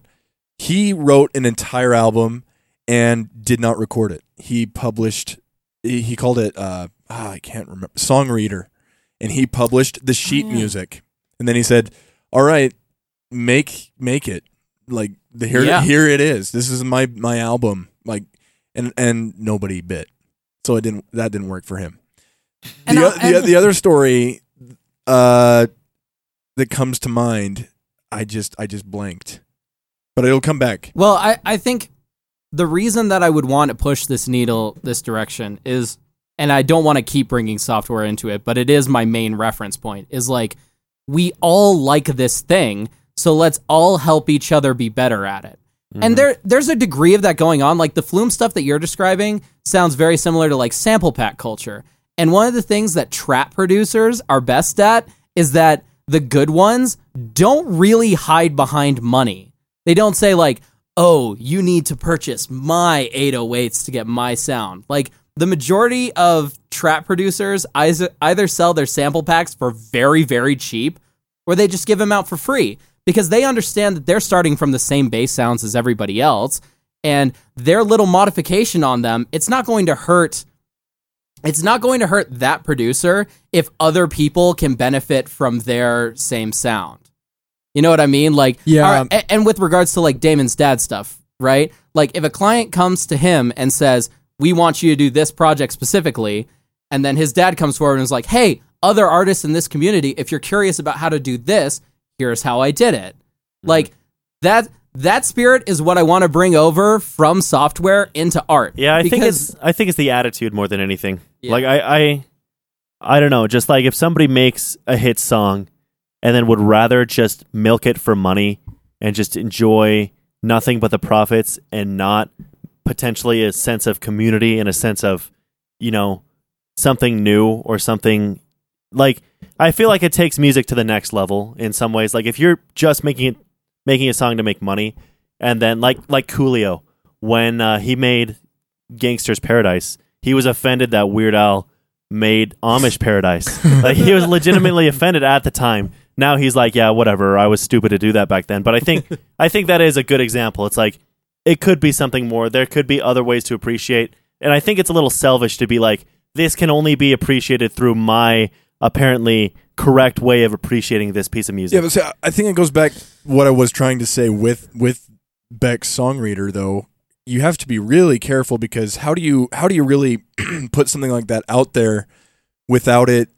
he wrote an entire album and did not record it. He published, he he called it, uh, ah, I can't remember, Songreader, and he published the sheet Oh, music. And then he said, "All right, make make it like the, here Yeah. here it is. This is my my album." Like and and nobody bit. So it didn't that didn't work for him. And the, I- o- the, and- the other story uh, that comes to mind, I just I just blanked, but it'll come back. Well, I, I think the reason that I would want to push this needle this direction is, and I don't want to keep bringing software into it, but it is my main reference point, is like, we all like this thing, so let's all help each other be better at it. And there, there's a degree of that going on. Like the flume stuff that you're describing sounds very similar to like sample pack culture. And one of the things that trap producers are best at is that the good ones don't really hide behind money. They don't say like, "Oh, you need to purchase my 808s to get my sound." Like the majority of trap producers eis- either sell their sample packs for very very cheap or they just give them out for free because they understand that they're starting from the same bass sounds as everybody else and their little modification on them it's not going to hurt it's not going to hurt that producer if other people can benefit from their same sound you know what i mean like Yeah. all right, a- and, with regards to like damon's dad stuff right like if a client comes to him and says we want you to do this project specifically and then his dad comes forward and is like hey other artists in this community if you're curious about how to do this here's how i did it like that that spirit is what i want to bring over from software into art Yeah, I think Because- it's I think it's the attitude more than anything. Yeah. Like I, I I don't know, just like if somebody makes a hit song and then would rather just milk it for money and just enjoy nothing but the profits and not potentially a sense of community and a sense of, you know, something new or something like I feel like it takes music to the next level in some ways. Like if you're just making it making a song to make money and then like like Coolio when uh, he made Gangster's Paradise. He was offended that Weird Al made Amish Paradise. like he was legitimately offended at the time. Now he's like, yeah, whatever. I was stupid to do that back then. But I think I think that is a good example. It's like it could be something more. There could be other ways to appreciate. And I think it's a little selfish to be like this can only be appreciated through my apparently correct way of appreciating this piece of music. Yeah, but see, I- I think it goes back what I was trying to say with with Beck's song reader though. You have to be really careful because how do you how do you really put something like that out there without it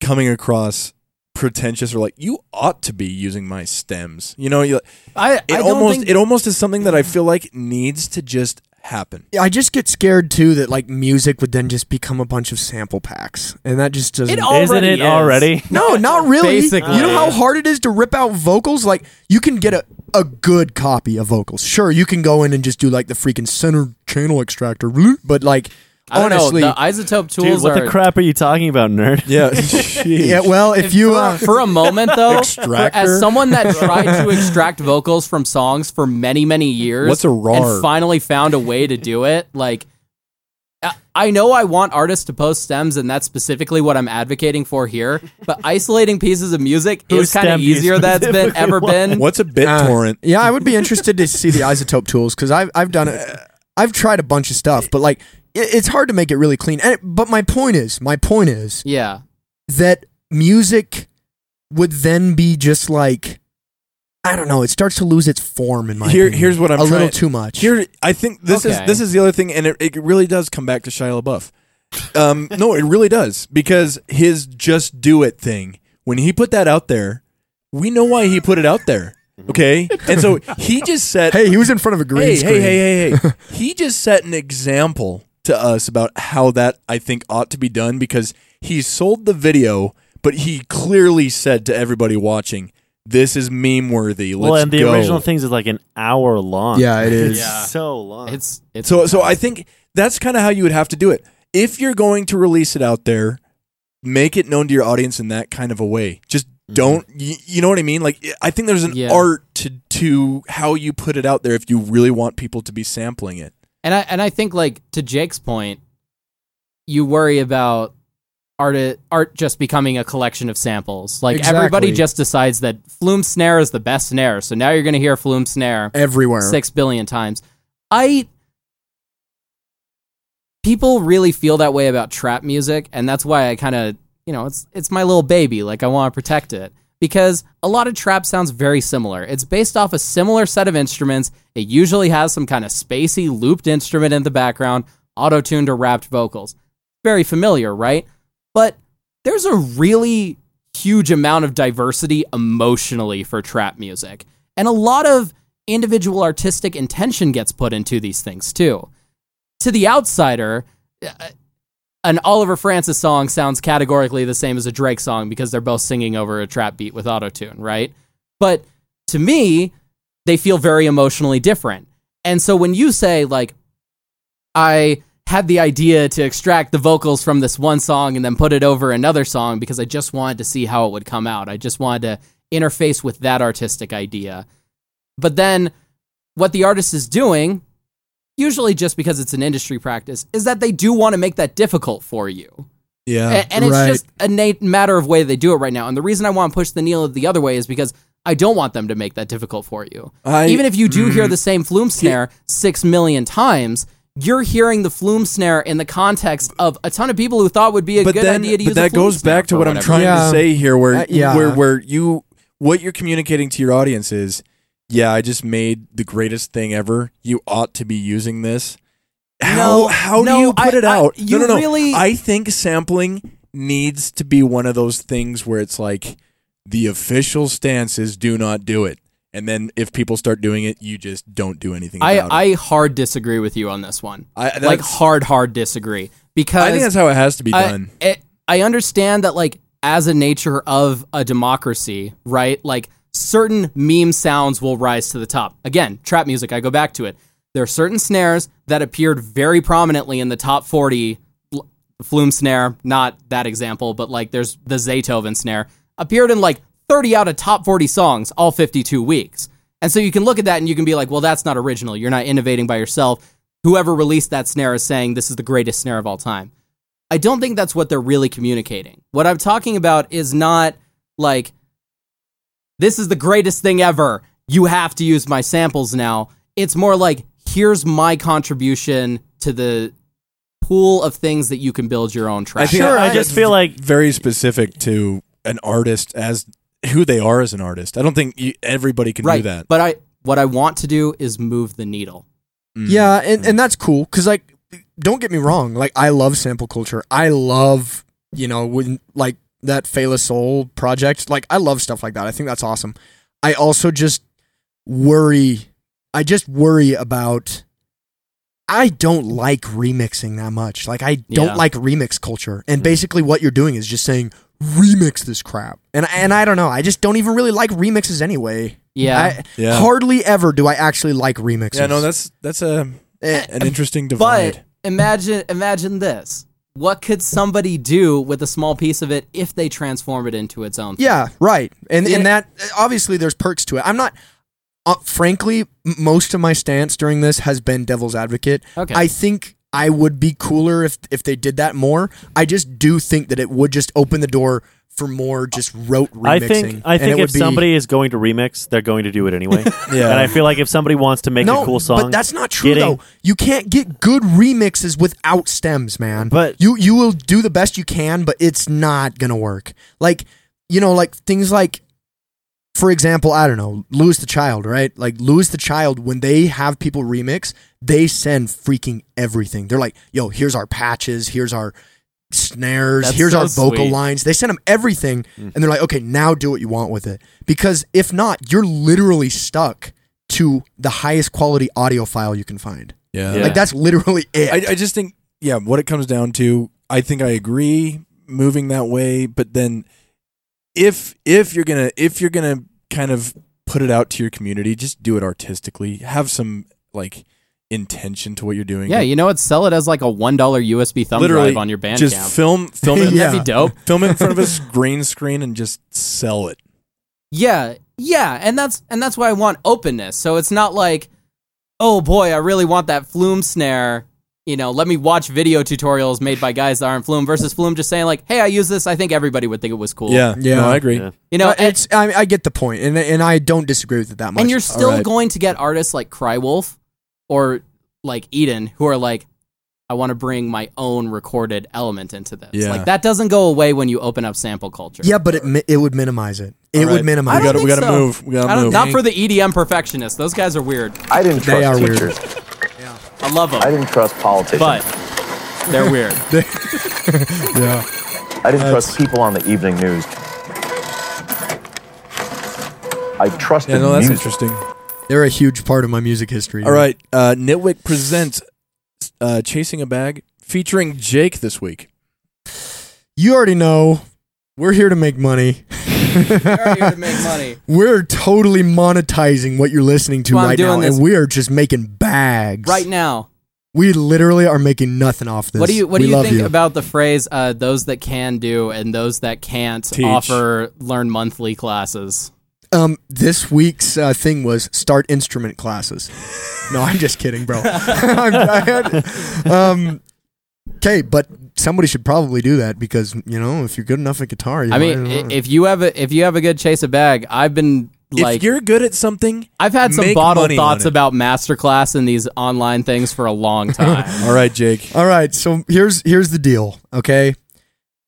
coming across pretentious or like you ought to be using my stems. You know, you, it I, I don't almost think, it almost is something that I feel like needs to just happen. I just get scared too that like music would then just become a bunch of sample packs, and that just doesn't. It already Isn't is. it already? no, not really. Basically. you know how hard it is to rip out vocals. Like you can get a a good copy of vocals. Sure, you can go in and just do like the freaking center channel extractor, bloop, but like I don't honestly, know, the isotope tools Dude, what are the crap are you talking about, nerd? Yeah. yeah. Well, if you uh, for a moment though Extractor? as someone that tried to extract vocals from songs for many many years What's a RAR? and finally found a way to do it like I- I know I want artists to post stems, and that's specifically what I'm advocating for here. But isolating pieces of music Whose is kind stem of do you easier that's been specifically ever want? been. What's a bit uh, torrent? Yeah, I would be interested to see the isotope tools because I've I've done it. I've tried a bunch of stuff, but like it, it's hard to make it really clean. And it, but my point is, my point is Yeah, that music would then be just like I don't know. It starts to lose its form in my Here- opinion. here's what I'm a little trying- too much. Here, I think this Okay. is this is the other thing, and it, it really does come back to Shia LaBeouf. Um, no, it really does because his "just do it" thing when he put that out there, we know why he put it out there. Okay, and so he just said, hey, he was in front of a green hey, hey, screen. hey, hey, hey. he just set an example to us about how that I think ought to be done because he sold the video, but he clearly said to everybody watching, "This is meme worthy." Let's Well, and the go. original things is like an hour long. Yeah, it is. It's so long. it's it's So so I think that's kind of how you would have to do it. If you're going to release it out there, make it known to your audience in that kind of a way. Just don't you, you know what I mean? Like I think there's an Mm-hmm. Yeah. art to to how you put it out there if you really want people to be sampling it. And I and I think like to Jake's point, you worry about art art just becoming a collection of samples. Like everybody Exactly. just decides that flume snare is the best snare, so now you're going to hear flume snare Everywhere. six billion times. I people really feel that way about trap music, and that's why I kind of you know it's it's my little baby. Like I want to protect it because a lot of trap sounds very similar. It's based off a similar set of instruments. It usually has some kind of spacey looped instrument in the background, auto tuned or wrapped vocals. Very familiar, right? But there's a really huge amount of diversity emotionally for trap music. And a lot of individual artistic intention gets put into these things too. To the outsider, uh, an Oliver Francis song sounds categorically the same as a Drake song because they're both singing over a trap beat with autotune, right? But to me, they feel very emotionally different. And so when you say like I had the idea to extract the vocals from this one song and then put it over another song because I just wanted to see how it would come out. I just wanted to interface with that artistic idea. But then what the artist is doing, usually just because it's an industry practice, is that they do want to make that difficult for you. Yeah. A- and it's Uh, right. just a na- matter of way they do it right now. And the reason I want to push the needle the other way is because I don't want them to make that difficult for you. I- Mm. Even if you do hear the same flume snare six million times, you're hearing the flume snare in the context of a ton of people who thought would be a but good then idea to use. but a that flume goes snare back to for what I'm whatever. trying Yeah. to say here where Uh, yeah. where where you what you're communicating to your audience is yeah, I just made the greatest thing ever. You ought to be using this. How No, how no, do you put I- it I- out? you no, no, no. really- I think sampling needs to be one of those things where it's like the official stance is do not do it. And then if people start doing it, you just don't do anything I, about it. I hard disagree with you on this one. I- like that's- hard, hard disagree because I think that's how it has to be I- done. it- I understand that, like, as a nature of a democracy, right? Like, certain meme sounds will rise to the top. Again, trap music, I go back to it. There are certain snares that appeared very prominently in the top 40. L- Flume snare, not that example, but like there's the Beethoven snare, appeared in like 30 out of top 40 songs all 52 weeks. And so you can look at that and you can be like, well, that's not original. You're not innovating by yourself. Whoever released that snare is saying this is the greatest snare of all time. I don't think that's what they're really communicating. What I'm talking about is not like this is the greatest thing ever. You have to use my samples now. It's more like here's my contribution to the pool of things that you can build your own track. I think Sure, I- I just feel like very specific to an artist as who they are as an artist. I don't think you, everybody can do right. that. But I what I want to do is move the needle. Mm. Mm-hmm. Yeah, and, and that's cool because like, don't get me wrong. Like, I love sample culture. I love you know when like that Fela Soul project. Like, I love stuff like that. I think that's awesome. I also just worry. I just worry about. I don't like remixing that much. Like, I don't Yeah. Mm. like remix culture. And basically, what you're doing is just saying remix this crap. And and I don't know. I just don't even really like remixes anyway. Yeah. I, Yeah. Hardly ever do I actually like remixes. yeah, no, that's that's a Eh, an interesting divide. But imagine imagine this. What could somebody do with a small piece of it if they transform it into its own? thing? Yeah, right. And Yeah. and that obviously there's perks to it. I'm not uh, frankly m- most of my stance during this has been devil's advocate. Okay. I think I would be cooler if if they did that more. I just do think that it would just open the door for more just rote remixing. I think I And think it if would be- somebody is going to remix, they're going to do it anyway. Yeah. and I feel like if somebody wants to make no, a cool song, but that's not true getting- though. You can't get good remixes without stems, man. But- you you will do the best you can, but it's not gonna work. Like you know, like things like, for example, I don't know, Lewis the Child, right? Like Lewis the Child, when they have people remix, they send freaking everything. They're like, yo, here's our patches, here's our snares, That's here's so our vocal sweet. lines. They send them everything, Mm. and they're like, okay, now do what you want with it. Because if not, you're literally stuck to the highest quality audio file you can find. yeah. Yeah. Like that's literally it. I, I just think yeah, what it comes down to, I think I agree moving that way, but then if if you're gonna if you're gonna kind of put it out to your community, just do it artistically. Have some like intention to what you're doing. Yeah, you know what? Sell it as like a one dollar USB thumb literally drive on your Bandcamp. Just film film it Yeah. That'd be dope. film it in front of a green screen and just sell it. Yeah, yeah, and that's and that's why I want openness. So it's not like, oh boy, I really want that flume snare. You know, let me watch video tutorials made by guys that aren't flume versus flume just saying like, hey, I use this. I think everybody would think it was cool. Yeah, Yeah. No, I agree. Yeah. you know, and, it's I, I get the point, and and I don't disagree with it that much. and you're still right. going to get artists like Crywolf or like Eden who are like, I want to bring my own recorded element into this. Yeah. Like that doesn't go away when you open up sample culture. yeah, but it mi- it would minimize it. It All would right. minimize. We I it. don't gotta, we think gotta so. move. We gotta I don't, move. not for the EDM perfectionists. Those guys are weird. I didn't They are trust weird. teachers. I love them. I didn't trust politicians. but they're weird. I didn't trust people on the evening news. I trusted yeah, no, Mm. that's music. interesting. They're a huge part of my music history. All right, uh, Nitwick presents uh, "Chasing a Bag" featuring Jake this week. you already know we're here to make money. They're here to make money. We're totally monetizing what you're listening to Well, I'm right doing now, this- and we are just making bags. Right now, we literally are making nothing off this. what do you what we do you love think about the phrase uh, "those that can do and those that can't Teach. offer learn monthly classes"? Um, this week's uh, thing was start instrument classes. no, I'm just kidding, bro. I'm, I had, um, okay, but somebody should probably do that because you know if you're good enough at guitar, you I might mean, as i- well. if you have a if you have a good chase a bag, I've been like if you're good at something, I've had some make bottled money thoughts on it. about masterclass and these online things for a long time. All right, Jake. All right, so here's here's the deal, okay?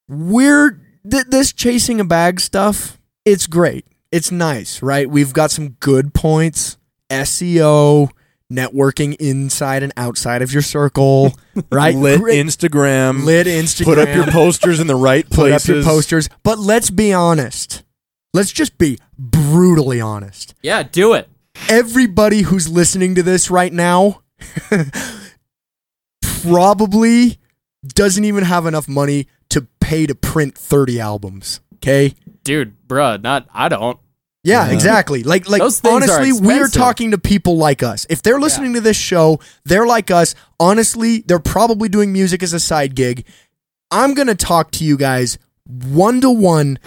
We're th- this chasing a bag stuff. It's great. It's nice, right? We've got some good points. SEO, networking inside and outside of your circle, right? Lit Great- Instagram. lit Instagram. Put up your posters in the right put places. up your posters. But let's be honest. Let's just be brutally honest yeah, do it. everybody who's listening to this right now probably doesn't even have enough money to pay to print 30 albums. Okay? Dude, bruh, not I don't. Yeah, Yeah. exactly. Like like Those things are honestly, we're expensive. talking to people like us. If they're listening to this show, they're like us. Honestly, they're probably doing music as a side gig. I'm going to talk to you guys one to one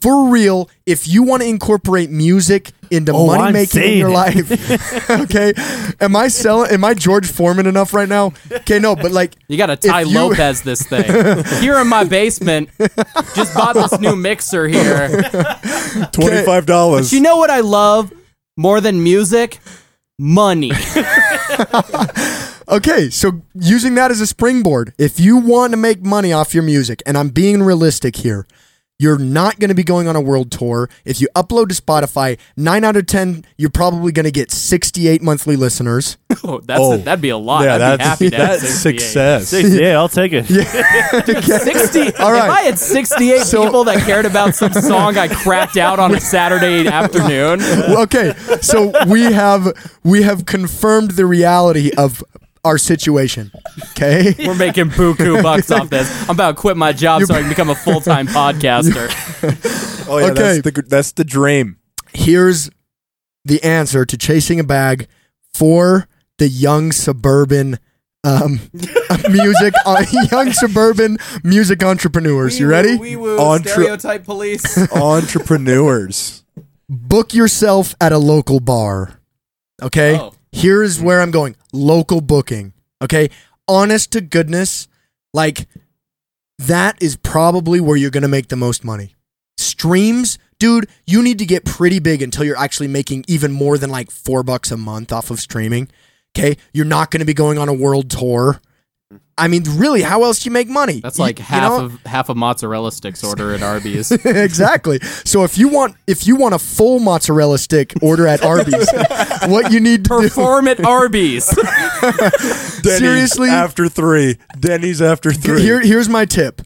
for real if you want to incorporate music into Oh, money I'm making in your saying it. life. okay? Am I selling am I George Foreman enough right now? Okay, no, but like You got to Ty you- Lopez this thing. here in my basement, just bought this new mixer here. Twenty five dollars. Do you know what I love more than music? Money. Okay, so using that as a springboard, if you want to make money off your music, and I'm being realistic here, you're not going to be going on a world tour. If you upload to Spotify, nine out of 10, you're probably going to get 68 monthly listeners. Oh, that's Oh. that'd be a lot. yeah, I'd that's be happy to have that's 68. success. yeah, I'll take it. Sixty. All right. If I had sixty-eight people that cared about some song I crapped out on a Saturday afternoon, okay, so we have we have confirmed the reality of our situation. Okay? we're making buku bucks off this. I'm about to quit my job so I can become a full-time podcaster. Oh yeah, Okay. that's the that's the dream. here's the answer to chasing a bag for the young suburban um, music, uh, young suburban music entrepreneurs. You ready? Entre- stereotype police. Entrepreneurs. Book yourself at a local bar. Okay. Oh. Here's where I'm going. Local booking. Okay. Honest to goodness, like that is probably where you're going to make the most money. Streams, dude, you need to get pretty big until you're actually making even more than like four bucks a month off of streaming. Okay. You're not going to be going on a world tour. I mean, really, how else do you make money? That's You- like you half know? of half a mozzarella sticks order at Arby's. exactly. So if you want if you want a full mozzarella stick order at Arby's, what you need to do Perform at Arby's. Denny's Seriously? after three. Denny's after three. here here's my tip.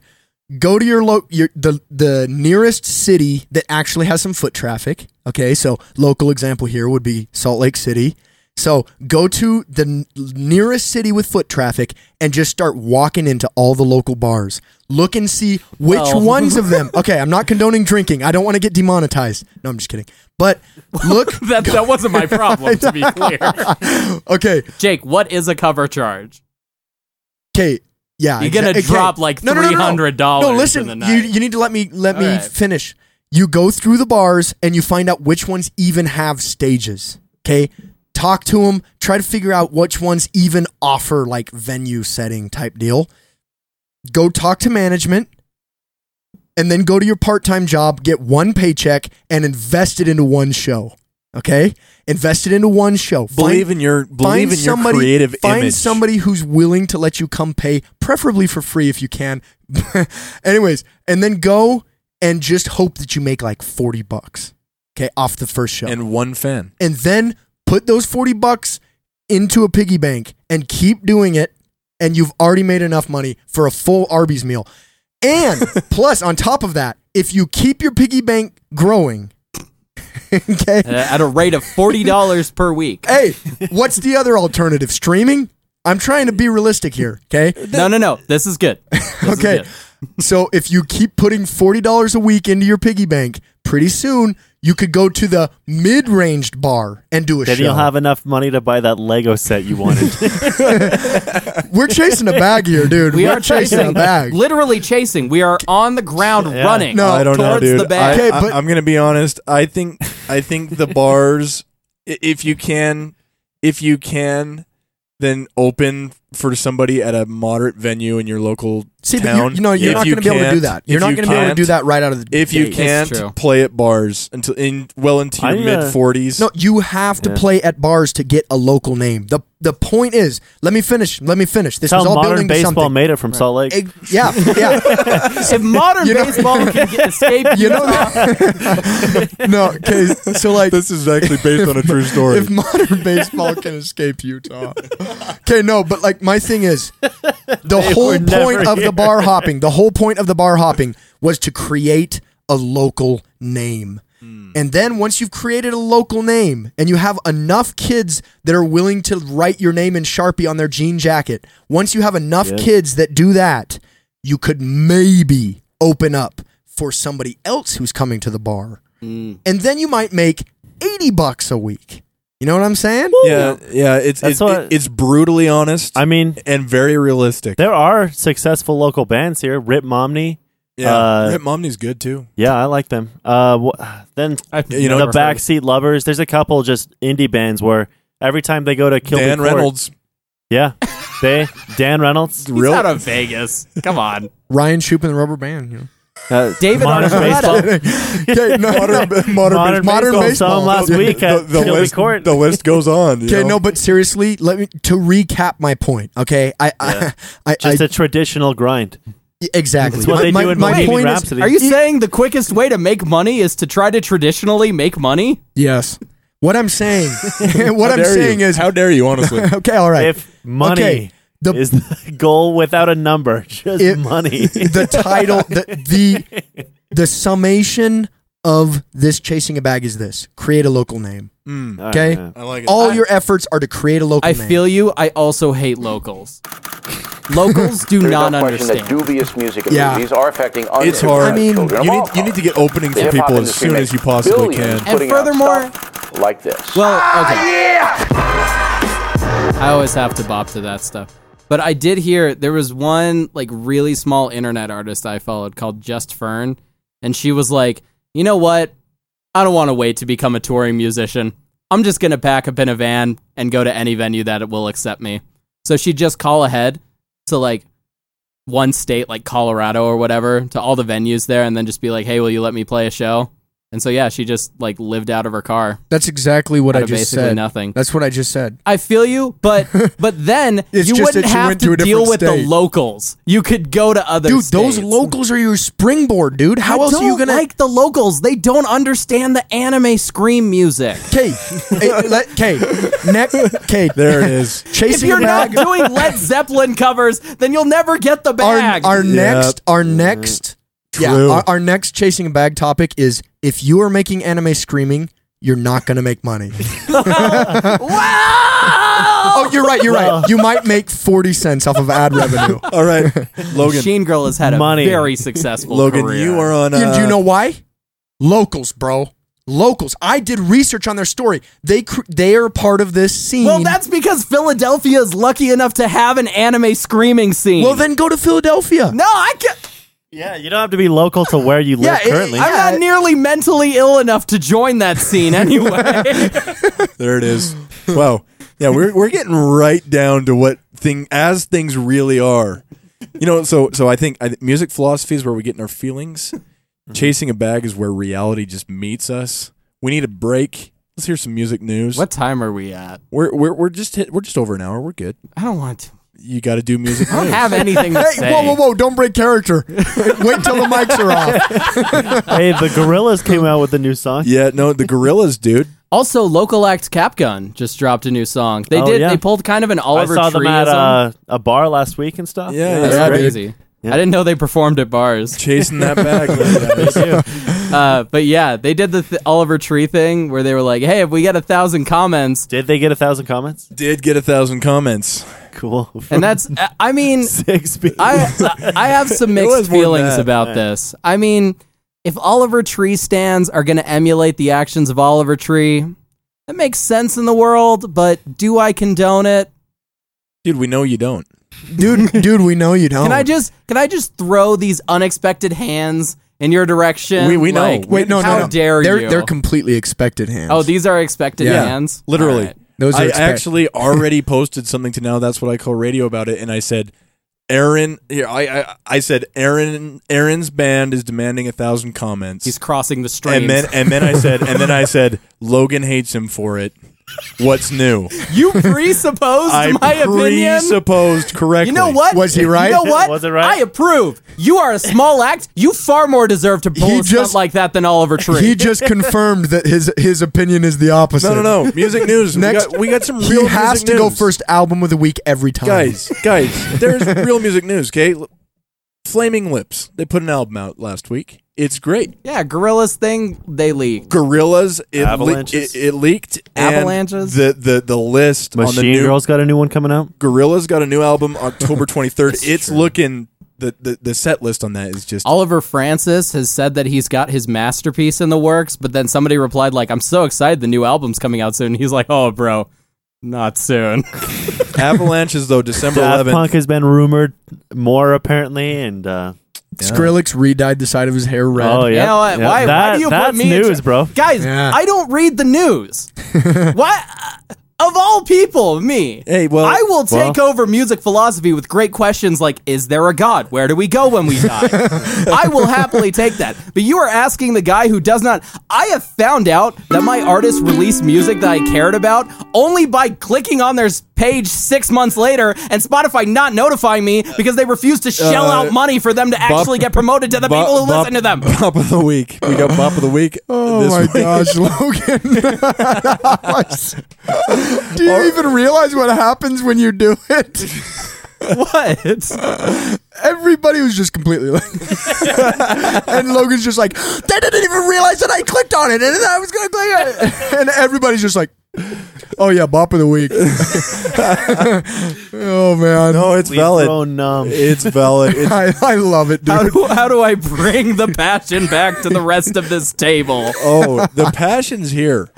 Go to your, lo- your the the nearest city that actually has some foot traffic. Okay, so local example here would be Salt Lake City. So go to the n- nearest city with foot traffic and just start walking into all the local bars. Look and see which Well- ones of them. Okay, I'm not condoning drinking. I don't want to get demonetized. No, I'm just kidding. But look, that that wasn't my problem, to be clear. okay, Jake, what is a cover charge? Okay. Yeah. You're gonna exact- okay. drop, like, No, no, no, no. $300 No, in listen. the You night. you need to let me let me All right. finish. You go through the bars and you find out which ones even have stages. Okay. Talk to them. Try to figure out which ones even offer like venue setting type deal. Go talk to management. And then go to your part time job, get one paycheck, and invest it into one show. Okay? Invest it into one show. believe Find- in your believe in your creative find image. somebody who's willing to let you come pay, preferably for free if you can. Anyways, and then go and just hope that you make like 40 bucks, okay, off the first show. And, and one fan. then put those 40 bucks into a piggy bank and keep doing it. And you've already made enough money for a full Arby's meal. And plus, on top of that, if you keep your piggy bank growing, okay, Uh, at a rate of forty dollars per week. hey, what's the other alternative? Streaming? I'm trying to be realistic here, okay? No, no, no. This is good. This is Okay. good. So if you keep putting $40 a week into your piggy bank, pretty soon you could go to the mid-ranged bar and do a Then show. you'll have enough money to buy that Lego set you wanted. We're chasing a bag here, dude. We We're are chasing, a bag. literally chasing. We are on the ground running. No, I don't know, towards dude. The bag. Okay, I, but- I, am gonna be honest. I think I think the bars, i- if you can, if you can, then open for somebody at a moderate venue in your local See, but town. you, you know, you're If not you going to be able to do can't- that. You're if not you going to be able to can't- do that right out of the. If you gate. true. can't play at bars until in well into your I'm, uh, mid forties, No, you have to Yeah. play at bars to get a local name. the The point is, let me finish. Let me finish. This That's is how all modern building to baseball something. made it from Salt Lake. Egg- yeah, yeah. If modern You know- baseball can get escape, You know, no. Okay, so like, this is actually based on a true story. if modern baseball can escape Utah, okay, no. But like, my thing is, the whole were never point of here. the bar hopping, the whole point of the bar hopping was to create a local name. And then once you've created a local name and you have enough kids that are willing to write your name in Sharpie on their jean jacket, once you have enough kids that do that, you could maybe open up for somebody else who's coming to the bar. And then you might make 80 bucks a week. You know what I'm saying? yeah, yeah, it's That's it's, what- it's brutally honest I mean, and very realistic. there are successful local bands here. Rip Momney. yeah, uh, Rip Momney's good too. Yeah, I like them. Uh, wh- then I've You know, the never heard. backseat lovers. There's a couple just indie bands where every time they go to Kilby Dan Court- Reynolds, yeah, they Dan Reynolds, He's out of Vegas. Come on, Ryan Shoup and the rubber band. You know. uh, David modern Archuleta. baseball. okay, no, modern, no. Modern baseball. Saw him last week at Kilby Court. list goes on. you Okay, know? no, but seriously, let me to recap my point. Okay, I, I, I, Just I a traditional grind. exactly. It's what my, they my, do in my Bohemian point Rhapsody. Are you saying the quickest way to make money is to try to traditionally make money? Is, yes. What I'm saying, what How I'm dare you. saying is, how dare you? Honestly, okay, all right. If money Okay, the- is the goal without a number, just If- money. the title, the the the summation of this chasing a bag is this: create a local name. Okay, I like it. all your efforts are to create a local I name. feel you. I also hate locals. Locals do There's not no question understand. that dubious music and Yeah. movies are affecting it's underprivileged hard. I mean, children of you all need you need to get opening The for hip-hop people as industry soon makes as you possibly billions can. putting And out furthermore- stuff like this. Well, okay. I always have to bop to that stuff. But I did hear there was one like really small internet artist I followed called Just Fern, and she was like, "You know what? I don't want to wait to become a touring musician. I'm just gonna pack up in a van and go to any venue that it will accept me." So she'd just call ahead to like one state, like Colorado or whatever, to all the venues there, and then just be like, "Hey, will you let me play a show?" And so yeah, she just like lived out of her car, That's exactly what out I of just basically said. nothing. That's what I just said. I feel you, but but then It's you just wouldn't that you have went to to a deal different with the state. locals. You could go to other Dude, states. those locals are your springboard, dude. How I else are you don't gonna like the locals? They don't understand the anime scream music. Okay, okay, neck, okay. There it is. If Chasing you're a not bag. doing Led Zeppelin covers, then you'll never get the Our, bag. our Yeah. next, our next, yeah, True. our, our next chasing a bag topic is if you are making anime screaming, you're not gonna make money. wow! oh, you're right. You're right. You might make forty cents off of ad revenue. All right, Logan. Machine Girl has had a Money. very successful Logan, career. you are on. You- Uh, do you know why? Locals, bro. Locals. I did research on their story. They cr- they are part of this scene. Well, that's because Philadelphia is lucky enough to have an anime screaming scene. well. Then go to Philadelphia. no, I can't. yeah, you don't have to be local to where you live Yeah, it- currently. I- I'm not nearly mentally ill enough to join that scene anyway. There it is. Wow. Yeah, we're we're getting right down to what thing as things really are. You know, so so I think I, think music philosophy is where we're getting our feelings. Chasing a bag is where reality just meets us. We need a break. Let's hear some music news. what time are we at? We're we're we're just hit, we're just over an hour. We're good. I don't want to. You got to do music. I don't news. have anything to Hey, say. whoa, whoa, whoa! Don't break character. Wait till the mics are off. hey, the Gorillas came out with a new song. Yeah, no, the gorillas, dude. Also, local act Capgun just dropped a new song. They Oh, did. yeah. They pulled kind of an I Oliver saw Tree. them at uh, a bar last week and stuff. Yeah, That's yeah, dude. crazy. I didn't know they performed at bars. Chasing that bag. Uh, but yeah, they did the th- Oliver Tree thing where they were like, "Hey, if we get a thousand comments." Did they get a thousand comments? Did get a thousand comments. Cool. And that's, I- I mean, six people. I I have some was mixed more than feelings that. about this. I mean, if Oliver Tree stands are going to emulate the actions of Oliver Tree, that makes sense in the world. But do I condone it? Dude, we know you don't. dude, dude, we know you don't. Oh. Can I just can I just throw these unexpected hands in your direction? We- we know. Like, Wait, no, no, how no. dare they're, you? They're completely expected hands. oh, these are expected Yeah. hands. Literally. All right. those are I expect- actually already posted something to now that's what I call radio about it, and I said Aaron, here I, I I said Aaron Aaron's band is demanding a thousand comments. He's crossing the streams. and then and then I said and then I said Logan hates him for it. What's new? you presupposed I my opinion. presupposed correctly. You know what? Was he right? You know what? Was it right? I approve. You are a small act. You far more deserve to pull He a stunt just- like that than Oliver Tree. He just confirmed that his his opinion is the opposite. No, no, no. Music news. Next- we, got, we got some real. He has music to go news. first album of the week every time. guys. Guys, there's real music news. Okay, Flaming Lips. They put an album out last week. It's great. yeah, Gorilla's thing, they leak. Gorillas. It, le- Avalanches. it, it leaked. and Avalanches. The the the list on the Machine new Girl's got a new one coming out. Gorillas got a new album October 23rd. it's looking the, the the set list on that is just Oliver Francis has said that he's got his masterpiece in the works, but then somebody replied like, "I'm so excited the new album's coming out soon." He's like, "Oh, bro, not soon." Avalanches though December Daft 11th. Punk has been rumored more apparently, and uh, Skrillex re-dyed the side of his hair red. oh yeah, You know what? yeah. Why- why That- do you put that's me in news, cha- bro? Guys, Yeah. I don't read the news. Why of all people, me. Hey, well- I will take well. over music philosophy with great questions like is there a god? Where do we go when we die? I will happily take that. But you are asking the guy who does not I have found out that my artists released music that I cared about only by clicking on their s- page 6 months later and Spotify not notifying me because they refused to shell Uh, out money for them to actually get promoted to the Bop- people who bop- listen to them. Bop of the week. We got Bop of the week. Oh this my week. gosh, Logan! do you even realize what happens when you do it? what? Everybody was just completely like, and Logan's just like, they didn't even realize that I clicked on it, and I was gonna click on it, and everybody's just like, oh yeah, bop of the week. oh man, No, it's We've valid. grown numb. It's valid. It's I, I love it, dude. How do, how do I bring the passion back to the rest of this table? oh, the passion's here.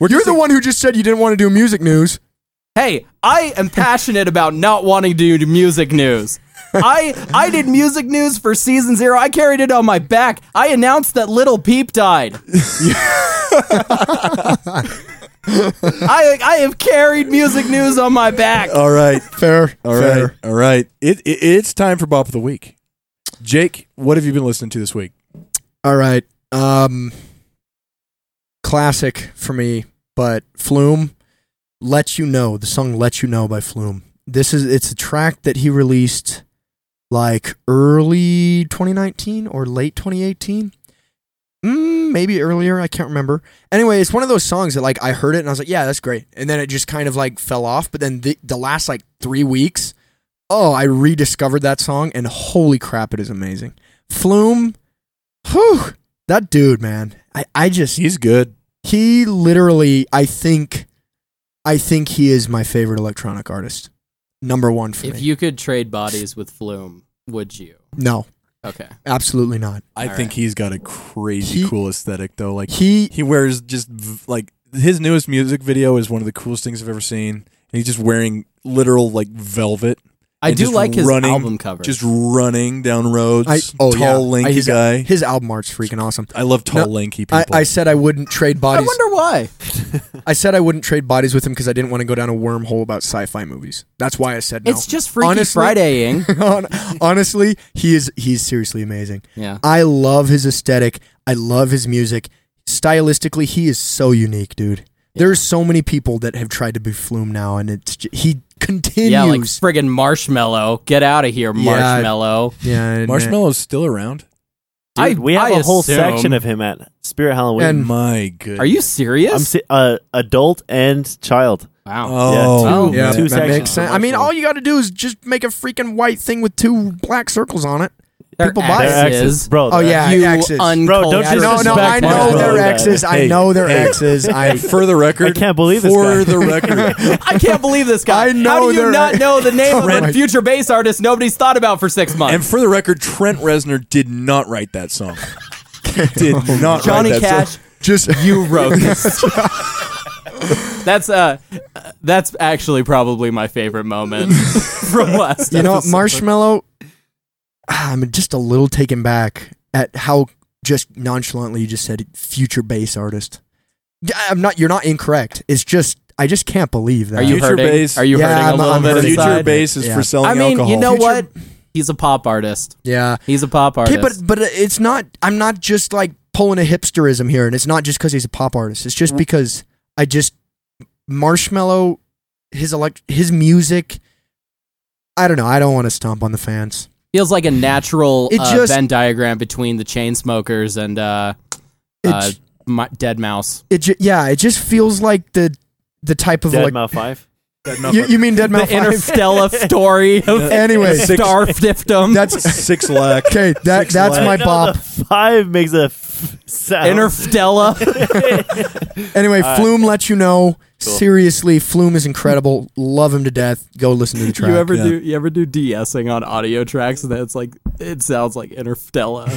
You're the one who just said you didn't want to do music news. Hey, I am passionate about not wanting to do music news. I I did music news for season zero. I carried it on my back. I announced that Little Peep died. I I have carried music news on my back. All right. Fair, All right. fair. All right. It, it it's time for Bop of the week. Jake, what have you been listening to this week? All right. Um classic for me, but Flume Let You Know, the song Let You Know by Flume. This is it's a track that he released like early 2019 or late 2018. Mm, maybe earlier, I can't remember. Anyway, it's one of those songs that like I heard it and I was like, yeah, that's great. And then it just kind of like fell off, but then the, the last like 3 weeks, oh, I rediscovered that song and holy crap, it is amazing. Flume Whew, that dude, man. I, I just He's good. he literally I think I think he is my favorite electronic artist. Number one for If me. you could trade bodies with Flume, would you? no, Okay. absolutely not. I All think right. he's got a crazy He- cool aesthetic though. Like He he wears just v- like his newest music video is one of the coolest things I've ever seen. And he's just wearing literal like velvet, I And do just like his running- album cover. just running down roads. I oh tall, yeah. I- lanky his, guy. His album art's freaking awesome. I love tall, No, lanky people. I, I said I wouldn't trade I bodies. wonder why. I said I wouldn't trade bodies with him because I didn't want to go down a wormhole about sci-fi movies. That's why I said no. It's just Freaky Honestly- Fridaying. Hon- honestly, he is he's seriously amazing. Yeah. I love his aesthetic. I love his music. Stylistically, he is so unique, dude. There's so many people that have tried to be Flume now, and it's j he continues. Yeah, like friggin' Marshmallow. Get out of here, Yeah. Marshmallow. Yeah, and- Marshmallow's still around. I- Dude, we have I a whole assume- section of him at Spirit Halloween. And- My good. Are you I'm serious? si- uh, adult and child. wow. Oh, Oh, Yeah, two that sections makes of sense. I mean, Marshmallow. all you got to do is just make a freaking white thing with two black circles on it. Their people buy it. They're exes. exes, bro. Oh they're yeah, You exes. uncultured. Bro, don't you no, no, I disrespect know Marshmallow. they're Yeah. exes. I Hey, know they're hey. exes. I For the record, can't believe this For guy. the record, I can't believe this guy. I know How do you they're- not know the name of a Right. future bass artist nobody's thought about for six months? and for the record, Trent Reznor did not write that song. Did Oh, not Johnny write that Cash, Song. just you wrote this. that's uh, that's actually probably my favorite moment from last. You know, what, episode. Marshmallow, Ah, I'm just a little taken back at how just nonchalantly you just said future bass artist. Yeah, I'm not. You're not incorrect. It's just I just can't believe that. Are you Future hurting? bass. Are you Yeah, hurting I'm- a little I'm bit hurting. Future inside? bass is Yeah. for selling I mean, alcohol. you know Future- what? He's a pop artist. Yeah. He's a pop Okay, artist. but but it's not. I'm not just like pulling a hipsterism here, and it's not just because he's a pop artist. It's just because I just Marshmallow, his elect, his music. I don't know. I don't want to stomp on the fans. feels like a natural It uh, just- Venn diagram between the chain smokers and uh, It uh, j- my, Dead Mouse. it ju- yeah. It just feels like the the type of Dead like Mouth Five. you, you mean Dead The Mouse Five. interstellar story of anyway, Six- star fiefdom. that's Six lakh. okay. That Six that's my legs. bop. The five makes a f- sound. Interstellar. Anyway, Flume let you know. Cool. Seriously, Flume is incredible. Love him to death. Go listen to the track. You ever Yeah. do you ever do DSing on audio tracks and that's like it sounds like Interstellar.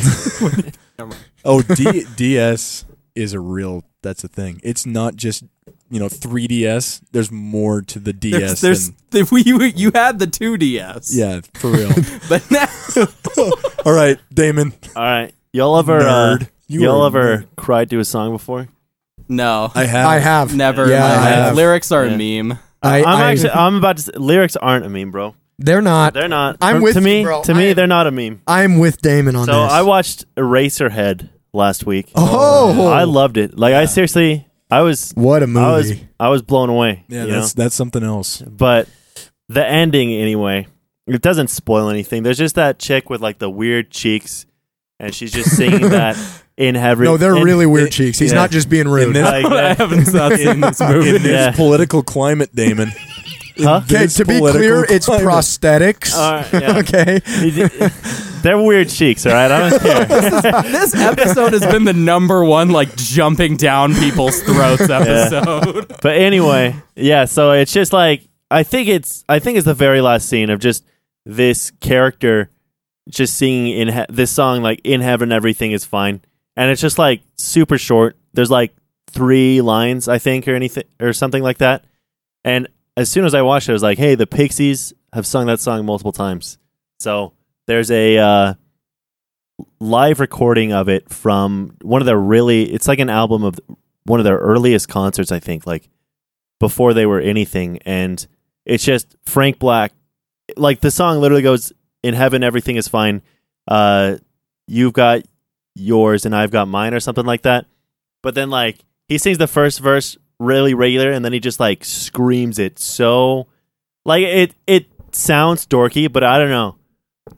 Oh, D- DS is a real. That's a thing. It's not just you know 3DS. There's more to the DS. there's, there's than, if we you had the two DS. yeah, for real. But now All right, Damon. All right, y'all ever uh, Nerd. You you all are a ever cried to a song before? No. I have. I have. never in Yeah, my I life. have. lyrics are Yeah. a meme. I, I'm I- actually I'm about to say, lyrics aren't a meme, bro. They're not. They're not. I'm Um, with to you, me. bro. To me, I- they're not a meme. I'm with Damon on So this. I watched Eraserhead last week. oh, I loved it. Like I seriously, I was, what a movie! I was, I was blown away. Yeah, you know? that's that's something else. but the ending anyway it doesn't spoil anything there's just that chick with like the weird cheeks and she's just singing that in heaven no, they're in- really weird it- cheeks. He's yeah. not just being rude. this- like, I uh, haven't not seen this movie. In this Yeah. political climate, Damon. In Huh? okay, this to be political clear, it's climate. prosthetics. all right, yeah. okay, they're weird cheeks all right i don't care this episode has been the number one like jumping down people's throats episode. but anyway yeah so it's just like i think it's i think it's the very last scene of just this character just singing in he- this song like in heaven everything is fine and it's just like super short there's like three lines i think or anything or something like that and as soon as i watched it i was like hey the pixies have sung that song multiple times so there's a uh, live recording of it from one of their really it's like an album of one of their earliest concerts i think like before they were anything and it's just frank black like the song literally goes in heaven everything is fine uh you've got yours and i've got mine or something like that but then like he sings the first verse really regular and then he just like screams it so like it it sounds dorky but i don't know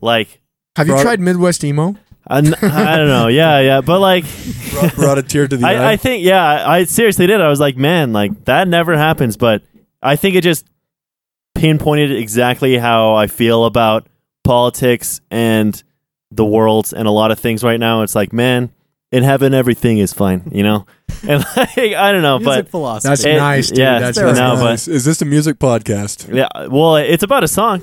like have you Bro- tried Midwest emo? I, n- I don't know yeah yeah but like brought a tear to the eye. I, I think yeah, I I seriously did. I was like, man, like that never happens. But I think it just pinpointed exactly how I feel about politics and the world and a lot of things right now. It's like, man, in heaven everything is fine, you know. And like, I don't know, but philosophy. That's It- nice, dude. yeah, that's there nice. we go. No, but- Nice. is this a music podcast? yeah, well, it's about a song.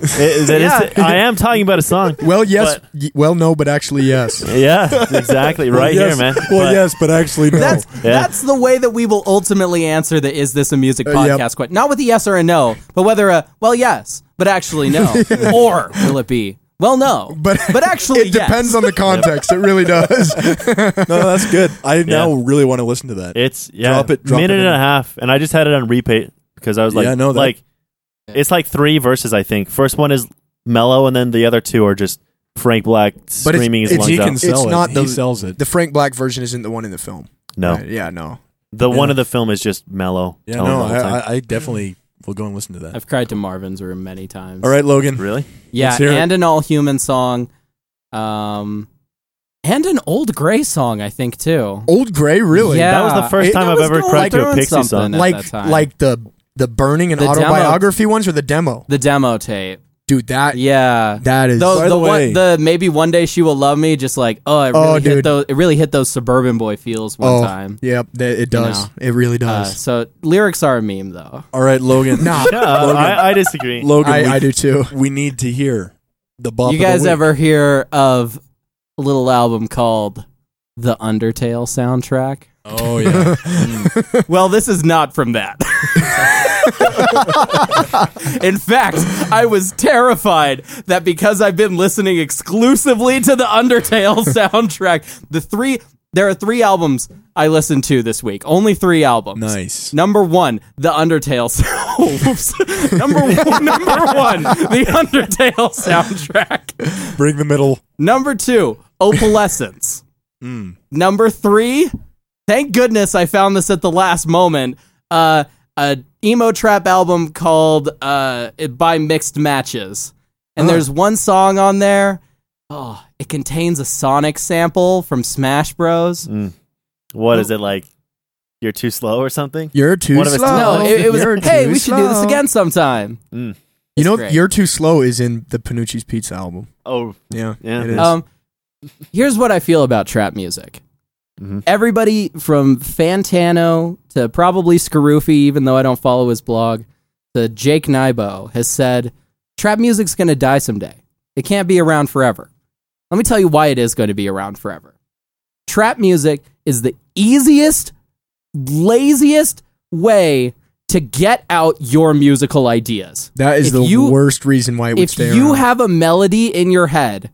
It- it is- Yeah. I am talking about a song. well, yes. but- y- well, no, but actually, yes. Yeah, exactly, right yes. here, man. Well, But- yes, but actually, no. That's Oh, Yeah. that's the way that we will ultimately answer the is this a music Uh, yep. podcast question. Not with a yes or a no, but whether a well yes, but actually no. or will it be well no. But but actually it depends yes. on the context. it really does. no, that's good. I now really want to listen to that. It's yeah, Drop it- drop minute it in. and a half, and I just had it on repeat because I was like, Yeah, I know that. like it's like three verses. I think first one is mellow, and then the other two are just Frank Black screaming his it's- he lungs can out. sell It's it. not he the- sells it. the Frank Black version isn't the one in the film. No, Right, yeah, no. the Yeah. one of the film is just mellow. yeah, tone no, the whole I, time. I, I definitely will go and listen to that. I've cried to Marvin's room many times. All right, Logan. really? Yeah, Let's hear it. and an all human song. Um and an old gray song, I think too. Old Gray, really? Yeah. That was the first It- time that I've was ever going cried to a doing Pixie something. song. at like that time. like the the burning and The demo. autobiography ones or the demo. The demo tape. Dude, that Yeah. that is Those, By the, the one, way- the maybe one day she will love me. Just like oh, it really Oh, hit dude. those. It really hit those suburban boy feels one oh time. yep, that, it does. It really Uh, does. so lyrics are a meme though. All right, Logan. nah, Yeah, I, I disagree. Logan, I, we, I do too. we need to hear the bop. you of the guys week. ever hear of a little album called the Undertale soundtrack? Oh yeah. Mm. well, this is not from that. In fact, I was terrified that because I've been listening exclusively to the Undertale soundtrack, the three There are three albums I listened to this week. Only three albums. Nice. Number one, The Undertale. sound- Oops. number one, number one, The Undertale soundtrack. Bring the middle. Number two, Opalescence. Mm. Number three, thank goodness I found this at the last moment. Uh, a emo trap album called uh, by Mixed Matches, and Huh. there's one song on there. Oh, it contains a Sonic sample from Smash Bros. What is it like? You're too slow or something? You're too One of us- slow. No, it, it was. Oh, You're Hey, too we should do this slow." again sometime. You know, great. "You're Too Slow" is in the Panucci's Pizza album. Oh, Yeah, Yeah. it is. Um, here's what I feel about trap music. Mm-hmm. Mhm. Everybody from Fantano to probably Skaroofy, even though I don't follow his blog, to Jake Nybo has said trap music's going to die someday. It can't be around forever. Let me tell you why it is going to be around forever. Trap music is the easiest, laziest way to get out your musical ideas that is if the you- worst reason why it would if stay you around. have a melody in your head,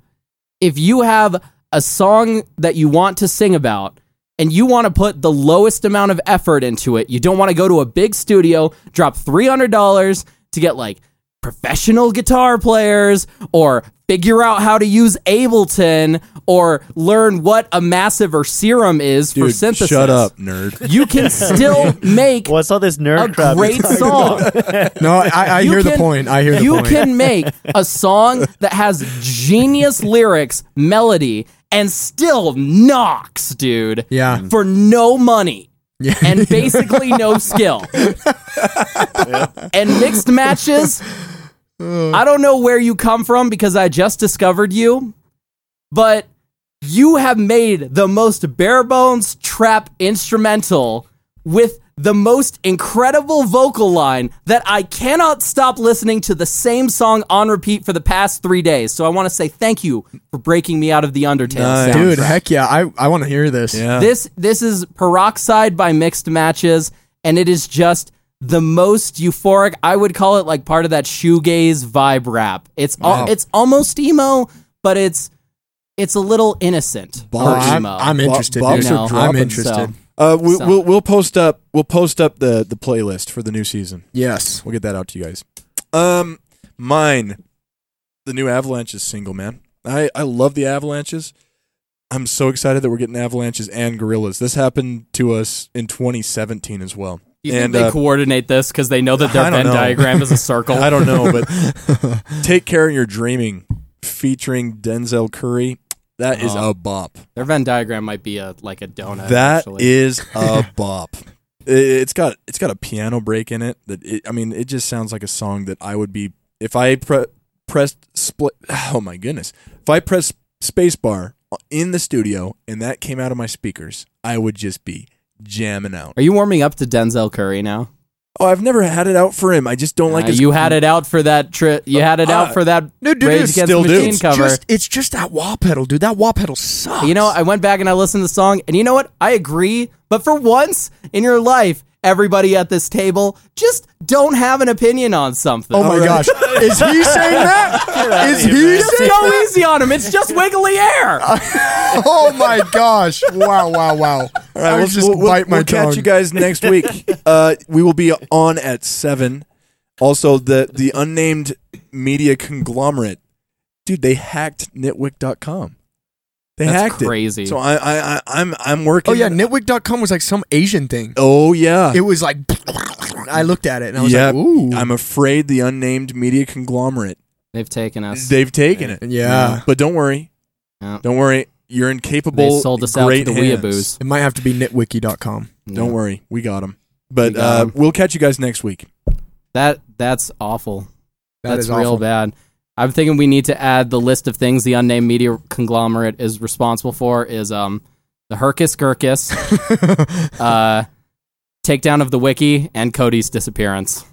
if you have a song that you want to sing about, and you want to put the lowest amount of effort into it, you don't want to go to a big studio, drop $300 to get like professional guitar players or figure out how to use Ableton or learn what a massive or serum is for Dude, synthesis. shut up, nerd. You can still make what's all this a nerd crap? great song no, I, I you hear the can- point. I hear the you point. can make a song that has genius lyrics, melody, and still knocks, dude. Yeah. For no money. and basically no skill. And mixed matches. I don't know where you come from because I just discovered you, but you have made the most bare bones trap instrumental with the most incredible vocal line that I cannot stop listening to the same song on repeat for the past three days. So I want to say thank you for breaking me out of the Undertale. Nice. soundtrack. Dude, heck yeah! I, I want to hear this. Yeah. This this is peroxide by mixed matches, and it is just the most euphoric. I would call it like part of that shoegaze vibe rap. It's al- it's almost emo, but it's it's a little innocent. Oh, for I'm, emo. I'm Bo- interested. bops dude. are I'm dropping, interested. so. Uh, we, So- We'll we'll post up we'll post up the the playlist for the new season. Yes. We'll get that out to you guys. Um, mine, the new Avalanches single, man. I I love the Avalanches. I'm so excited that we're getting Avalanches and Gorillas. This happened to us in 2017 as well. you think and, they uh, coordinate this because they know that I their don't Venn know. diagram is a circle? I don't know, but take care of your dreaming, featuring Denzel Curry. That is Oh. a bop. Their Venn diagram might be a like a donut. That Uh, actually. is a bop. It- It's got it's got a piano break in it that it, I mean it just sounds like a song that I would be if I pre- pressed split oh my goodness if I pressed spacebar in the studio and that came out of my speakers I would just be jamming out. Are you warming up to Denzel Curry now? Oh, I've never had it out for him. I just don't like Uh, his you had it out for that tri- You had it out Uh, for that dude, dude, Rage dude, Against still the do. Machine It's cover. Just it's just that wah pedal, dude. That wah pedal sucks. You know, I went back and I listened to the song, and you know what? I agree. But for once in your life, everybody at this table just don't have an opinion on something. oh my gosh, is he saying that? Is he just saying? go easy on him. It's just wiggly air. Oh my gosh! Wow! Wow! Wow! I All right, was just bite my we'll tongue. catch you guys next week. uh, we will be on at seven. Also, the the unnamed media conglomerate, dude, they hacked nitwick.com. They That's hacked crazy. it. So I, I I I'm I'm working. Oh yeah, nitwig.com was like some Asian thing. Oh yeah. It was like I looked at it and I was yeah. like, ooh, I'm afraid the unnamed media conglomerate They've taken us. they've taken it. yeah. But don't worry, Yeah. don't worry. You're incapable. They sold us out great to the hands. weeaboos. It might have to be nitwiki.com. Don't worry, we got them. But We got uh, 'em. we'll catch you guys next week. That that's awful. That that's is real awful. bad. I'm thinking we need to add the list of things the unnamed media conglomerate is responsible for is um the Herkus Gurkus, uh, takedown of the wiki, and Cody's disappearance.